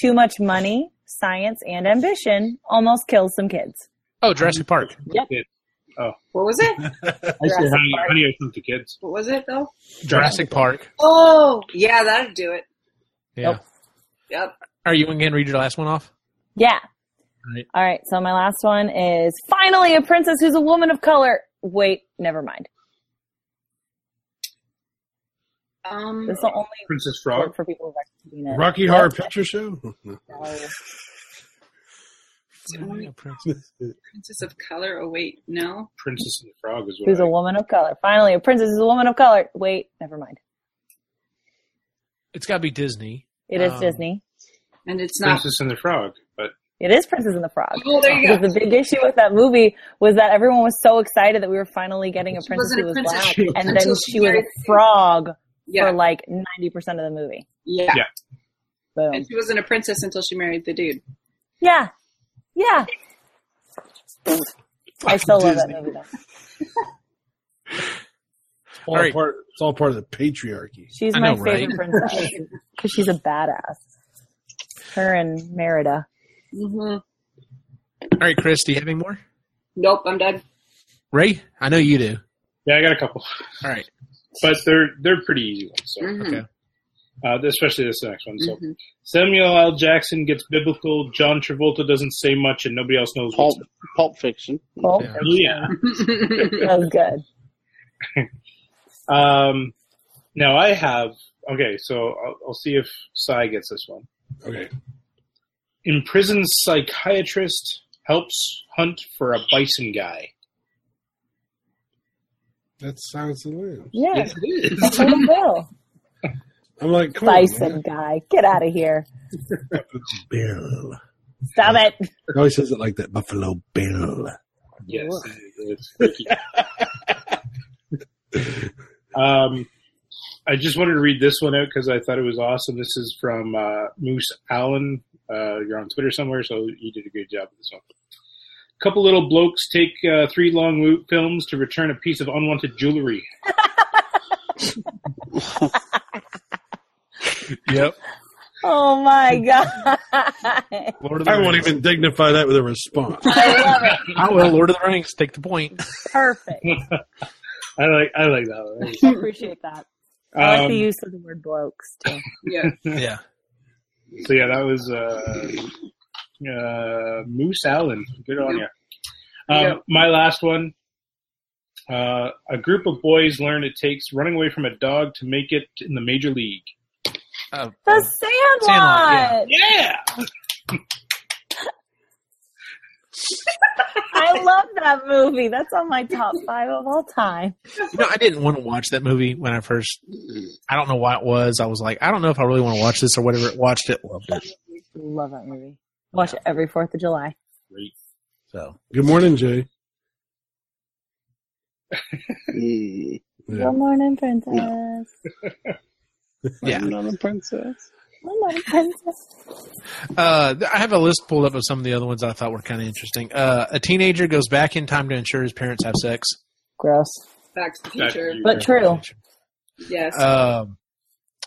too much money, science, and ambition almost kills some kids.
Oh, Jurassic Park.
What was it?
I said,
Jurassic
honey,
Park.
honey, I sunk the kids.
What was it though?
Jurassic Park.
Oh, yeah, that'd do it.
Yeah.
Nope.
Yep.
Are you going to read your last one off?
Yeah.
Right.
All right. So my last one is finally a princess who's a woman of color. Wait, never mind.
Um,
This will only
Princess
work
Frog.
for people who have seen it.
Rocky Horror Picture Show.
No.
Tony,
princess.
Princess of Color. Oh wait, no.
Princess and the Frog as
Who's a
well.
woman of color? Finally, a princess is a woman of color. Wait, never mind.
It's got to be Disney.
It is
Um,
Disney.
And it's not.
Princess and the Frog, but
It is Princess and the Frog.
Oh, there you
Because
go.
the big issue with that movie was that everyone was so excited that we were finally getting a
She
princess
wasn't
who
a
was
princess,
black,
she was
and then
until she
she was
married-
a frog
Yeah,
for like ninety percent of the movie.
yeah,
Yeah.
Boom.
And she wasn't a princess until she married the dude.
Yeah, yeah. I still love that
Disney.
movie. Though.
It's all,
All right.
part, it's all part of the patriarchy.
She's
I
my
know,
favorite
right?
princess because she's a badass. Her and Merida.
hmm
All right, Chris, do you have any more?
Nope, I'm done.
Ray, I know you do.
yeah, I got a couple,
All right.
but they're they're pretty easy ones. So.
Mhm.
Okay.
uh, especially this next one. So
Mhm.
Samuel L. Jackson gets biblical. John Travolta doesn't say much, and nobody else knows.
Pulp,
what's-
Pulp Fiction.
Cool.
Yeah.
yeah.
Mm-hmm.
That was good.
Um, now I have okay. So I'll, I'll see if Cy gets this one.
Okay.
Imprisoned psychiatrist helps hunt for a bison guy.
That sounds lame.
Yeah,
Yes, it is.
that's what Bill.
I'm like, come
Bison
on.
guy, get out of here!
Bill.
Stop it.
He always says it like that Buffalo Bill.
Yes, it's freaky. um, I just wanted to read this one out because I thought it was awesome. This is from uh, Moose Allen. Uh, you're on Twitter somewhere, so you did a good job with this one. Couple little blokes take uh, three long loop films to return a piece of unwanted jewelry.
Yep.
Oh my god.
Lord of the
I won't
Rings.
even dignify that with a response.
I love it.
I will. Uh, Lord of the Rings. Take the point.
Perfect.
I like I like that
I appreciate that.
one.
Oh, I like the
Um,
use of the word blokes too.
yeah.
Yeah.
so yeah, that was uh, uh, Moose Allen. Good on you. Um,
Yeah.
My last one. Uh, a group of boys learn it takes running away from a dog to make it in the major league.
Uh,
The Sandlot.
Sandlot, yeah.
Yeah,
I love that movie. That's on my top five of all time.
you know, I didn't want to watch that movie when I first. I don't know why it was. I was like, I don't know if I really want to watch this or whatever. Watched it, loved it.
Love that movie. Watch it every Fourth of July.
So
Good morning, Jay.
Mm.
Yeah.
Good morning, princess.
yeah.
I'm not a princess.
Good morning, princess.
Uh, I have a list pulled up of some of the other ones I thought were kind of interesting. Uh, a teenager goes back in time to ensure his parents have sex.
Gross,
Back to the
Back to
future.
you.
but true.
Yes.
Um,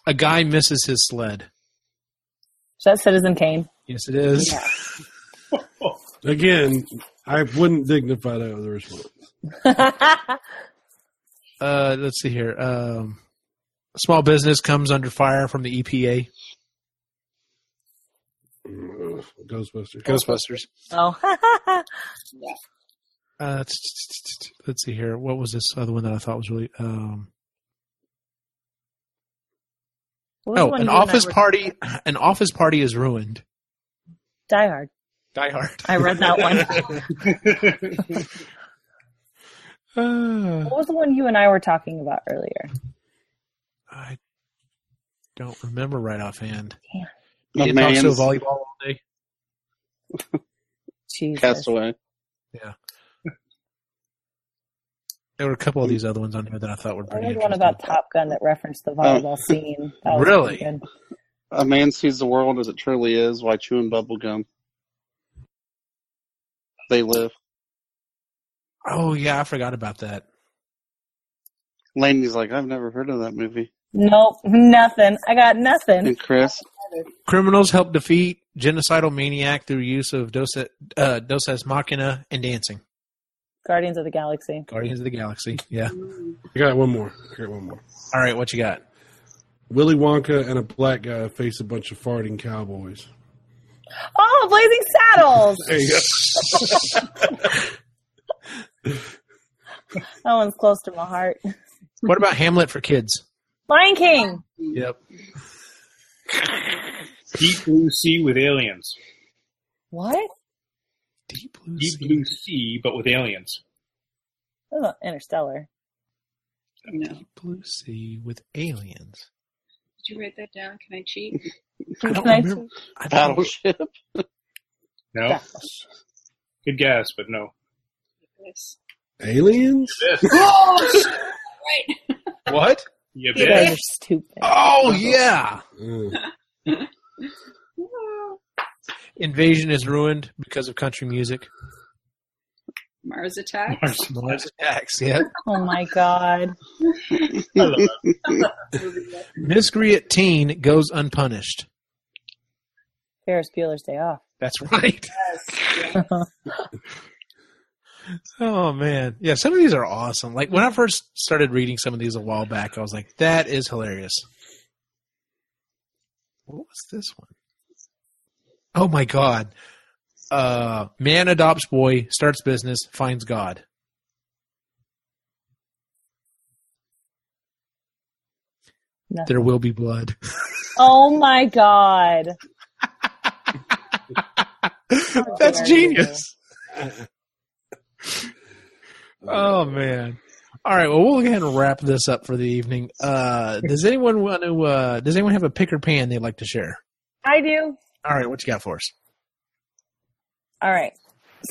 a guy misses his sled.
Is that Citizen Kane?
Yes, it is.
Yeah.
Again, I wouldn't dignify that with a response.
Oh.
Uh, let's see here. Um, small business comes under fire from the E EPA.
Mm, Ghostbusters.
Ghostbusters.
oh,
Uh, t- t- t- t- let's see here. What was this other one that I thought was really? Um,
What was the
oh,
one
an
you and I
office
were-
party. An office party is ruined.
Die Hard.
Die Hard.
I read that one.
Uh, Ah,
what was the one you and I were talking about earlier?
I don't remember right offhand. He
A
talks to a
man's
volleyball all day.
Jesus.
Castaway.
There were a couple of these other ones on here that I thought were
There
pretty
was
interesting.
one about Top Gun that referenced
Oh.
the volleyball scene. That was
Really?
good.
A man sees the world as it truly is while chewing bubble gum. They live.
oh yeah, I forgot about that.
Laney's like, I've never heard of that movie.
Nope, nothing. I got
Hmm.
nothing.
And Chris,
Criminals help defeat genocidal maniac through use of Dos, uh, Dos Ex Machina and dancing.
Guardians of the Galaxy.
Guardians of the Galaxy. Yeah.
I got one more. I got one more.
All right, what you got?
Willy Wonka and a black guy face a bunch of farting cowboys.
Oh, Blazing Saddles.
There you go.
That one's close to my heart.
What about Hamlet for kids?
Lion King.
Yep.
Deep Blue Sea with aliens.
What?
Deep Blue
Deep
Sea.
Blue Sea, but with aliens.
Ugh, Interstellar.
No. Did
Deep Blue Sea with aliens.
you write that down? Can I cheat?
I don't
Can I
remember. I don't,
Battleship.
No,
Gosh.
good guess, but no.
Yes.
Aliens?
Right.
what?
You
You guys
bet.
are stupid.
Oh yeah.
Mm.
Invasion is ruined because of country music.
Mars Attack.
Mars attacks. Yeah.
Oh my god.
Miscreant teen goes unpunished.
Ferris Bueller's Day Off.
That's right.
Yes.
Oh man, yeah. Some of these are awesome. Like when I first started reading some of these a while back, I was like, "That is hilarious." What was this one? Oh my god! Uh, man adopts boy, starts business, finds God.
No.
There will be blood.
Oh my god.
That's
dare
genius. oh man. All right, well we'll go ahead and wrap this up for the evening. Uh does anyone want to uh does anyone have a pick or pan they'd like to share?
I do.
All right, what you got for us?
All right.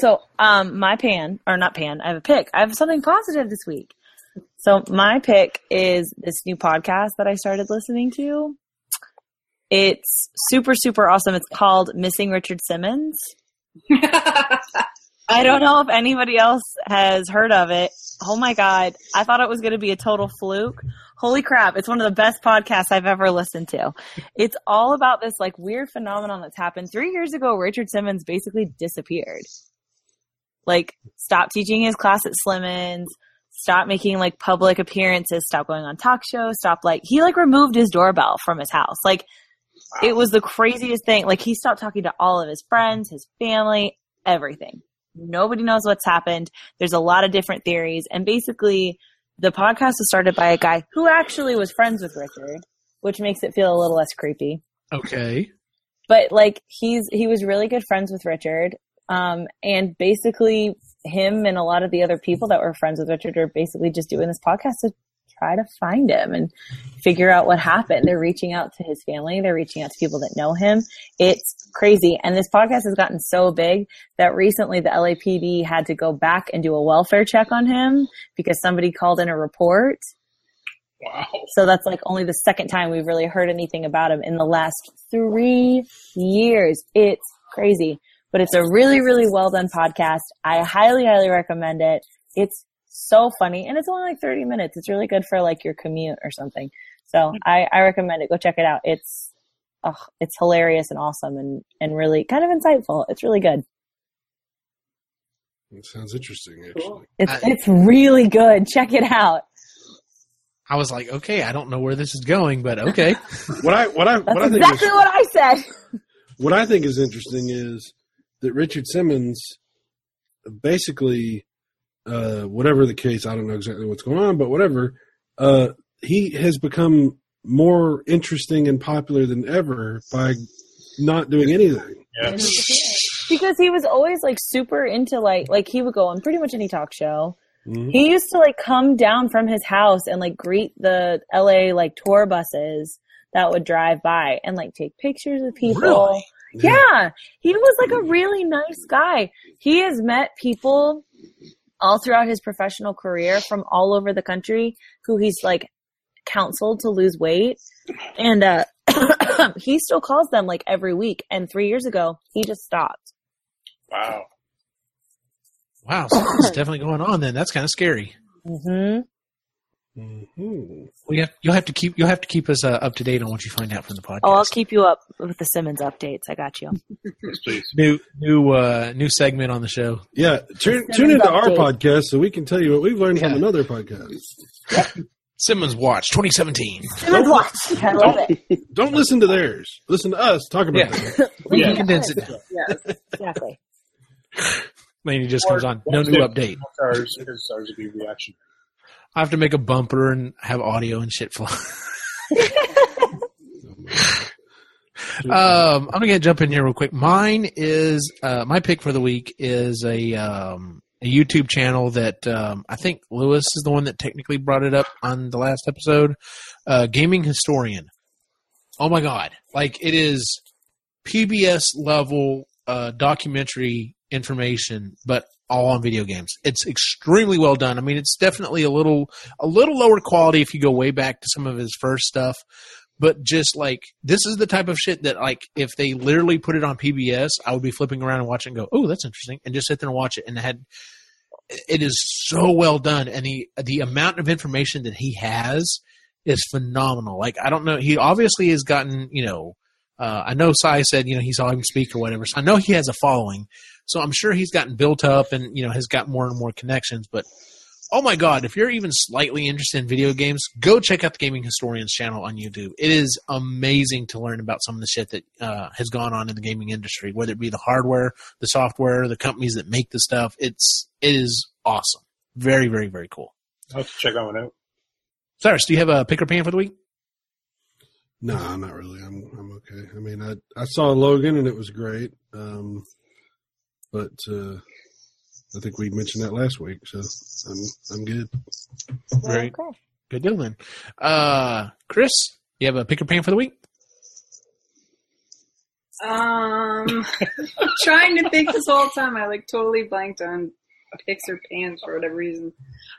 So, um, my pan or not pan? I have a pick. I have something positive this week. So my pick is this new podcast that I started listening to. It's super super awesome. It's called Missing Richard Simmons. I don't know if anybody else has heard of it. Oh my god! I thought it was going to be a total fluke. Holy crap! It's one of the best podcasts I've ever listened to. It's all about this like weird phenomenon that's happened three years ago. Richard Simmons basically disappeared. Like, stopped teaching his class at Slimmons. Stopped making like public appearances. Stopped going on talk shows. Stopped like he like removed his doorbell from his house. Like, it was the craziest thing. Like he stopped talking to all of his friends, his family, everything. Nobody knows what's happened. There's a lot of different theories. And basically, the podcast was started by a guy who actually was friends with Richard, which makes it feel a little less creepy.
Okay.
But like he's he was really good friends with Richard. Um, and basically him and a lot of the other people that were friends with Richard are basically just doing this podcast to try to find him and figure out what happened. They're reaching out to his family. They're reaching out to people that know him. It's crazy. And this podcast has gotten so big that recently the LAPD had to go back and do a welfare check on him because somebody called in a report. Wow. So that's like only the second time we've really heard anything about him in the last three years. It's crazy. But it's a really, really well done podcast. I highly, highly recommend it. It's so funny and it's only like 30 minutes. It's really good for like your commute or something. So I, I recommend it. Go check it out. It's, oh, it's hilarious and awesome and, and really kind of insightful. It's really good.
That sounds interesting, actually.
It's,
I-
it's really good. Check it out.
I was like, okay, I don't know where this is going, but okay.
What I what I what
That's
I think is,
exactly what I said.
what I think is interesting is that Richard Simmons basically uh whatever the case, I don't know exactly what's going on, but whatever, uh he has become more interesting and popular than ever by not doing anything.
Yeah.
because he was always like super into like like he would go on pretty much any talk show.
Mhm.
He used to like come down from his house and like greet the LA like tour buses that would drive by and like take pictures with people.
Really?
Yeah. He was like a really nice guy. He has met people all throughout his professional career from all over the country who he's like counseled to lose weight and uh he still calls them like every week and 3 years ago he just stopped.
Wow.
Wow, something's definitely going on then. That's kind of scary.
Mm-hmm.
hmm
We have, you'll have to keep you'll have to keep us uh, up to date on what you find out from the podcast.
Oh, I'll keep you up with the Simmons updates. I got you.
Yes, please.
new new uh, new segment on the show.
Yeah, tune,
Simmons
tune into our
update.
podcast so we can tell you what we've learned
Yeah.
from another podcast.
Simmons Watch 2017.
Simmons watch. I love it.
Don't listen to theirs. Listen to us talk about
Yeah.
theirs.
We
Yeah.
can condense it down.
Yes.
Exactly.
Laney just
Or-
comes on. No
Watch
new
it.
update.
Watch Ours, because ours would be reaction.
I have to make a bumper and have audio and shit fly. Um, I'm gonna jump in here real quick. Mine is uh, my pick for the week is a um, a YouTube channel that um, I think Lewis is the one that technically brought it up on the last episode. Uh, Gaming historian. Oh my god! Like it is PBS level uh, documentary information, but all on video games. It's extremely well done. I mean, it's definitely a little a little lower quality if you go way back to some of his first stuff, but just like this is the type of shit that like if they literally put it on PBS, I would be flipping around and watching and go, "Oh, that's interesting," and just sit there and watch it. And I had it is so well done, and the the amount of information that he has is phenomenal. Like I don't know, he obviously has gotten you know. Uh, I know Sai said, you know, he saw him speak or whatever. So I know he has a following. So I'm sure he's gotten built up and, you know, has got more and more connections. But oh my god if you're even slightly interested in video games go check out the gaming historians channel on youtube it is amazing to learn about some of the shit that uh, has gone on in the gaming industry whether it be the hardware the software the companies that make the stuff it's it is awesome very very very cool
I'll have to check that one out.
cyrus do you have a pick or pan for the week
No, I'm not really. I'm I'm okay. I mean, I I saw Logan and it was great. Um, but uh, I think we mentioned that last week, so I'm I'm good.
Right. good deal then uh chris you have a pick or pan for the week
Um, trying to think this whole time. I like totally blanked on picks or pans for whatever reason.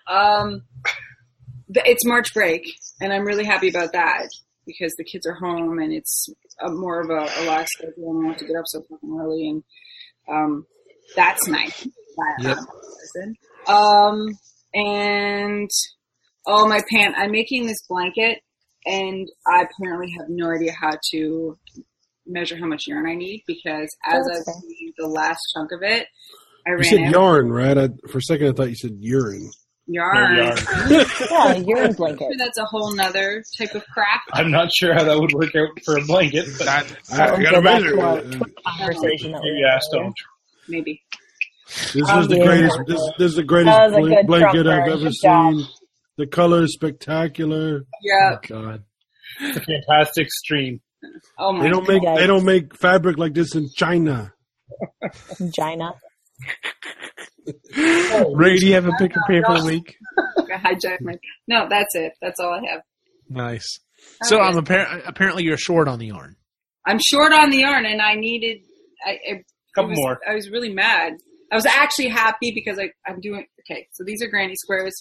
Um, the, it's March break, and I'm really happy about that because the kids are home and it's a, more of a relaxed schedule. and I don't have to get up so fucking early, and um, that's nice. That-
Yep.
Um, and oh my pant! I'm making this blanket, and I apparently have no idea how to measure how much yarn I need because as I
That's
was
fair.
doing the last chunk of it, I
You
ran
said
out of
yarn, right? I, for a second, I thought you said urine.
yarn.
No yarn.
Yeah, you're in blanket.
That's a whole nother type of Um, crap.
I'm not sure how that would work out for a blanket, but
I, I gotta
Go back
measure.
to our
it.
Conversation that we
maybe
had
ask
earlier.
them.
Maybe.
Uh, This was the
Yeah.
greatest. This, this is the greatest
That was a
blan-
good
blanket
trumper.
I've ever
Good job.
seen. The color is spectacular.
Yeah.
God,
It's a fantastic stream.
Oh my.
they don't make
Guys.
they don't make fabric like this in China.
Vagina.
ray do you have a pick or pan for the week
God, I hijacked my. No, that's it. That's all I have.
nice so i'm appar- apparently you're short on the yarn
I'm short on the yarn, and I needed. I, I
Couple
it was-
more.
I was really mad. I was actually happy because I, I'm doing okay. So these are granny squares,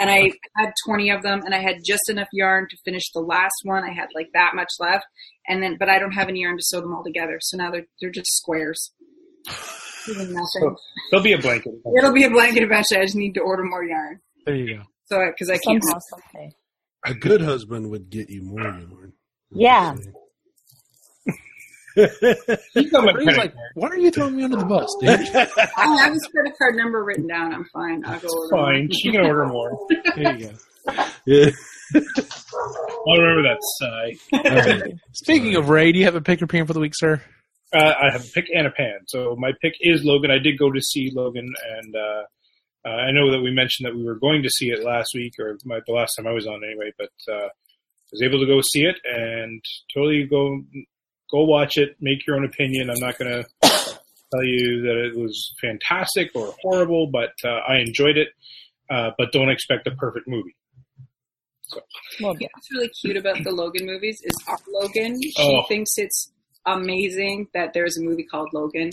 and I had 20 of them, and I had just enough yarn to finish the last one. I had like that much left, and then but I don't have any yarn to sew them all together. So now they're they're just squares. Doing nothing.
There'll be a blanket.
It'll be a blanket eventually. I just need to order more yarn.
there you go
So because I can't.
Somehow, someday.
A good husband would get you more yarn.
Yeah.
You got my
Ray's
credit
like,
card.
why are you throwing me under the bus dude
I have his credit card number written down. I'm fine. I'll go order. more.
Fine, she can order more.
there you go
Yeah.
I'll remember that. Sigh.
Speaking of Ray, do you have a pick or pan for the week, sir?
Uh, I have a pick and a pan. So my pick is Logan. I did go to see Logan, and uh, uh, I know that we mentioned that we were going to see it last week, or my, the last time I was on anyway. But uh, was able to go see it and totally go go watch it. Make your own opinion. I'm not going to tell you that it was fantastic or horrible, but uh, I enjoyed it. Uh, but don't expect the perfect movie.
Well,
You know what's really cute about the Logan movies is our Logan. She
Oh.
thinks it's amazing that there's a movie called Logan.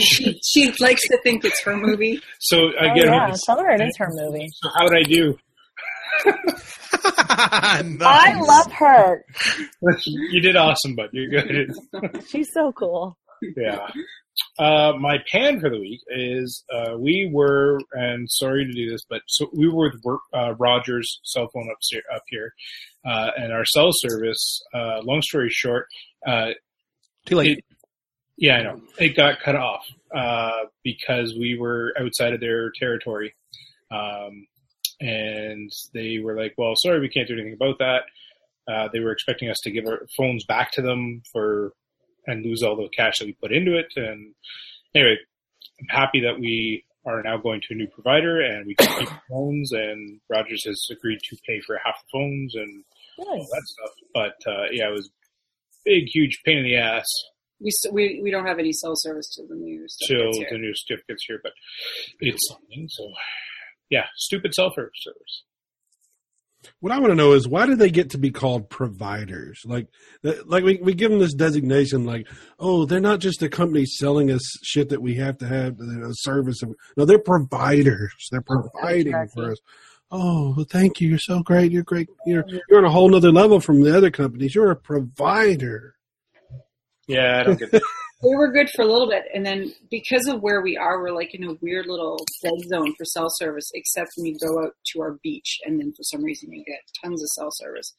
she she likes to think it's her movie.
Oh,
So I get
yeah. Tell her it is her movie.
So how'd I do?
I love her.
you did awesome, bud. You're good.
She's so cool.
yeah. Uh, my pan for the week is uh, we were, and sorry to do this, but so we were with work, uh, Roger's cell phone upstairs, up here, uh, and our cell service. Uh, long story short, uh,
Too late.
yeah, I know it got cut off uh, because we were outside of their territory, um, and they were like, "Well, sorry, we can't do anything about that." Uh, they were expecting us to give our phones back to them for and lose all the cash that we put into it. And anyway, I'm happy that we are now going to a new provider and we can keep the phones. And Rogers has agreed to pay for half the phones and all
Nice.
that stuff. But uh, yeah, it was big, huge pain in the ass
We, s- we we don't have any cell service to the new stuff.
till
that's here.
the new stuff gets here, but it's something. So, yeah, stupid cell phone service.
What I want to know is why do they get to be called providers? Like, th- like we, we give them this designation, like, oh, they're not just a company selling us shit that we have to have a service. Of, no, they're providers. They're providing for us. Oh, well, thank you. You're so great. You're great. You're you're on a whole nother level from the other companies. You're a provider.
Yeah, I don't get that.
we were good for a little bit, and then because of where we are, we're like in a weird little dead zone for cell service. Except when you go out to our beach, and then for some reason we get tons of cell service.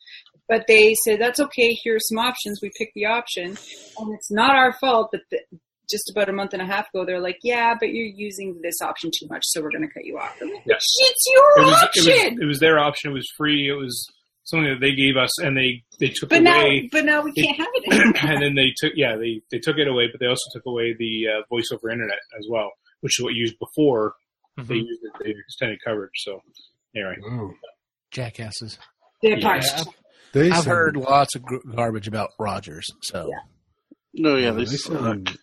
But they said that's okay. Here's some options. We pick the option, and it's not our fault. But the, just about a month and a half ago, they're like, "Yeah, but you're using this option too much, so we're going to cut you off." I'm like,
Yes.
It's your
It was, it,
option.
was, it was their option. It was free. It was something that they gave us, and they they took
but now,
away.
but now we
it-
can't have it. anymore.
and then they took yeah they they took it away, but they also took away the uh, voice over internet as well, which is what you used before they
Mhm.
used it, they extended coverage. So anyway,
Wow.
Jackasses.
They're
Yeah.
punched.
They
I've
sound-
heard lots of gr- garbage about Rogers, so
No, yeah, they
they
suck.
sound-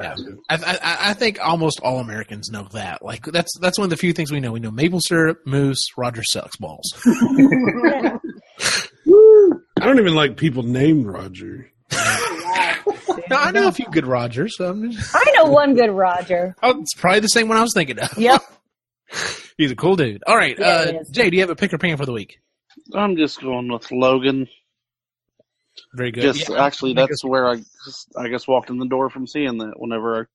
yeah. I, I, I think almost all Americans know that. Like that's that's one of the few things we know. We know maple syrup, moose, Roger sucks balls.
I don't even like people named Roger.
Now, I know a few good Rogers. So I'm just,
I know one good Roger.
oh, it's probably the same one I was thinking of.
Yep.
He's a cool dude. All right,
Yeah,
uh,
he is.
Jay, do you have a pick or pan for the week?
I'm just going with Logan.
Very good.
Just
Yeah.
actually, that's where I just I guess walked in the door from seeing that whenever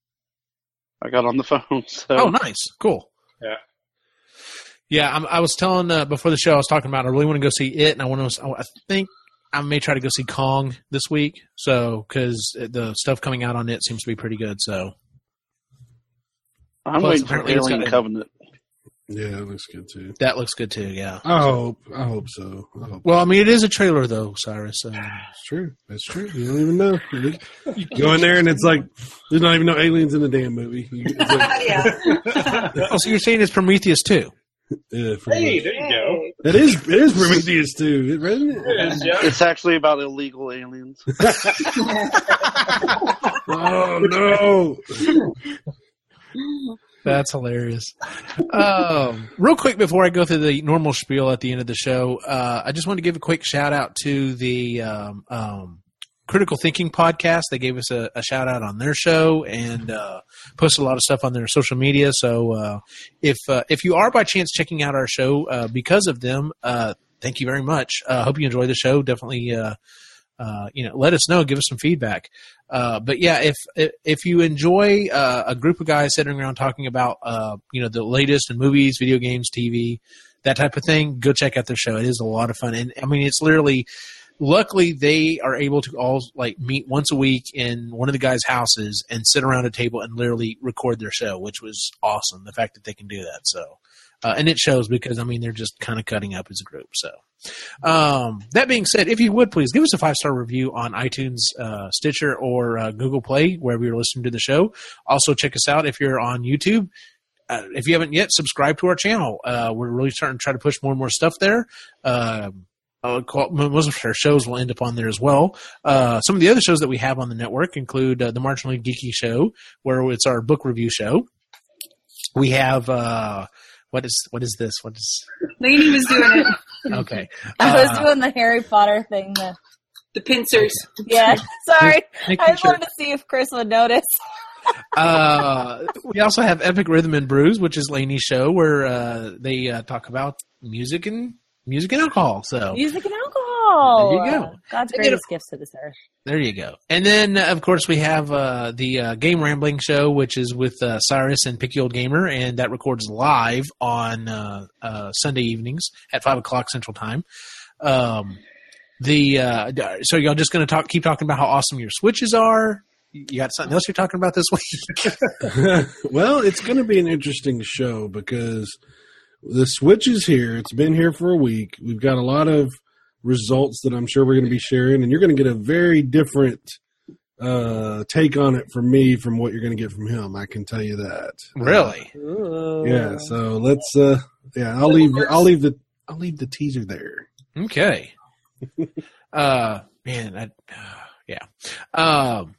I, I got on the phone. So
Oh, nice. Cool.
Yeah.
Yeah, I'm, I was telling uh, before the show, I was talking about I really want to go see it, and I want to. I think I may try to go see Kong this week, so because the stuff coming out on it seems to be pretty good. So
I'm
Plus,
waiting for
apparently it's
Alien
got a-
Covenant.
Yeah, it looks good too.
that looks good too. Yeah.
I hope. I hope so. I hope
Well, I mean, it is a trailer though, Cyrus. So.
It's true. That's true. You don't even know. You go in there and it's like there's not even no aliens in the damn movie. It's like,
yeah.
oh, so you're saying it's Prometheus too?
yeah, for
hey,
real.
there you go.
Hey.
That is it is Prometheus too, isn't it?
Yes, yeah.
It's actually about illegal aliens.
Oh no!
That's hilarious. um, real quick before I go through the normal spiel at the end of the show, uh, I just want to give a quick shout out to the um, um, Critical Thinking podcast. They gave us a, a shout out on their show and uh, posted a lot of stuff on their social media. So uh, if uh, if you are by chance checking out our show uh, because of them, uh, thank you very much. Uh, hope you enjoy the show. Definitely. Uh, uh, you know, let us know, give us some feedback. Uh, but yeah, if if- if you enjoy uh, a group of guys sitting around talking about uh, you know the latest in movies, video games, TV, that type of thing, go check out their show. It is a lot of fun, and I mean, it's literally. Luckily, they are able to all like meet once a week in one of the guys' houses and sit around a table and literally record their show, which was awesome. The fact that they can do that, so uh, and it shows because I mean they're just kind of cutting up as a group. So um, that being said, if you would please give us a five star review on iTunes, uh, Stitcher, or uh, Google Play, wherever you're listening to the show. Also, check us out if you're on YouTube. Uh, if you haven't yet, subscribe to our channel. Uh, we're really starting to try to push more and more stuff there. Um, I would call- most of our shows will end up on there as well. Uh, some of the other shows that we have on the network include uh, the Marginally Geeky Show, where it's our book review show. We have uh, what is what is this? What is
Lainey was doing it.
okay?
I was
Uh,
doing the Harry Potter thing. The,
The pincers.
yeah, sorry.
making
I just
sure-
wanted to see if Chris would notice.
uh, we also have Epic Rhythm and Brews, which is Laney's show where uh, they uh, talk about music and music and alcohol. So
Music and alcohol.
Oh. There you go.
God's
And then-
greatest gifts to this earth.
there you go. And then uh, of course we have uh, the uh, Game Rambling show, which is with uh, Cyrus and Picky Old Gamer, and that records live on uh, uh, Sunday evenings at five o'clock Central Time. Um, the uh, d- so y'all just going to talk, keep talking about how awesome your switches are. You got something else you're talking about this week?
well, it's going to be an interesting show because the Switch is here. It's been here for a week. We've got a lot of results that I'm sure we're going to be sharing, and you're going to get a very different uh, take on it from me from what you're going to get from him. I can tell you that.
really?
Yeah. So let's. uh Yeah, I'll leave. I'll leave the. I'll leave the teaser there.
Okay. uh man, I, yeah. Um,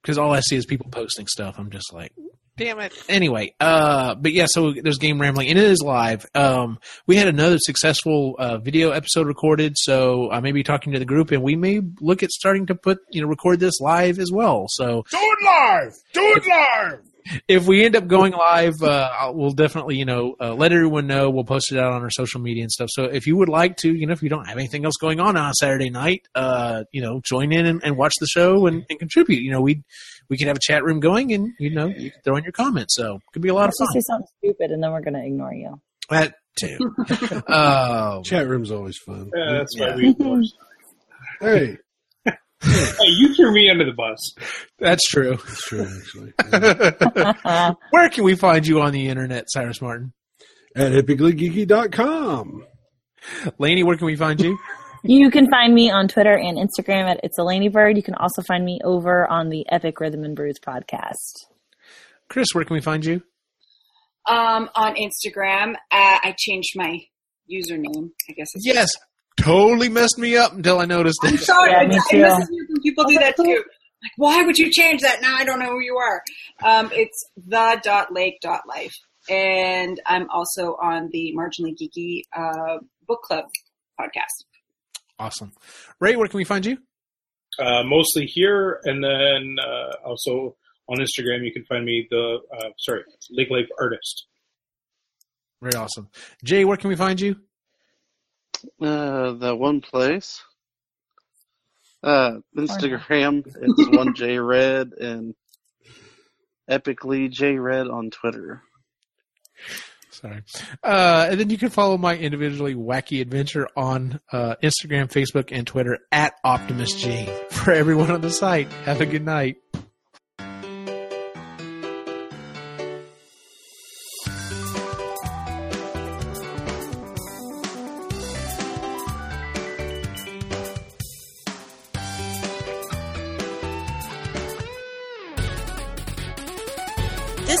because all I see is people posting stuff. I'm just like, damn it. Anyway, uh, but yeah, so there's game rambling and it is live. Um, we had another successful uh, video episode recorded, so I may be talking to the group and we may look at starting to put you know record this live as well. So
Do it live. Do it live.
if we end up going live, uh, I'll- we'll definitely, you know, uh, let everyone know. We'll post it out on our social media and stuff. So if you would like to, you know, if you don't have anything else going on on a Saturday night, uh, you know, join in and, and watch the show and, and contribute. You know, we we can have a chat room going, and you know, you can throw in your comments. So it could be a lot of
Let's
fun.
just say something stupid, and then we're gonna ignore you.
That too. Um,
Chat room's always fun.
Yeah, that's
Yeah.
why we enforce.
Hey,
hey, you threw me under the bus.
that's true.
that's true, actually.
Uh,
Where can we find you on the internet, Cyrus Martin?
At epicallygeeky.com.
Laney, where can we find you?
you can find me on Twitter and Instagram at It's Elaney Bird. You can also find me over on the Epic Rhythm and Brews podcast.
Chris, where can we find you?
Um, on Instagram, uh, I changed my username. I guess. It's
Yes, totally messed me up until I noticed
I'm
it.
sorry.
Yeah,
it-
me
it
too.
messes me up when people do that too. Like, why would you change that? Now I don't know who you are. Um, it's the dot lake dot life, and I'm also on the marginally geeky uh, book club podcast.
Awesome. Ray, where can we find you?
Uh, mostly here, and then uh, also on Instagram, you can find me the uh, sorry Lake Life Artist.
Very awesome. Jay, where can we find you?
Uh, that one place. Uh, Instagram, it's one J Red and epically J Red on Twitter.
Sorry. Uh, and then you can follow my individually wacky adventure on uh, Instagram, Facebook, and Twitter at Optimus G. For everyone on the site, have a good night.
This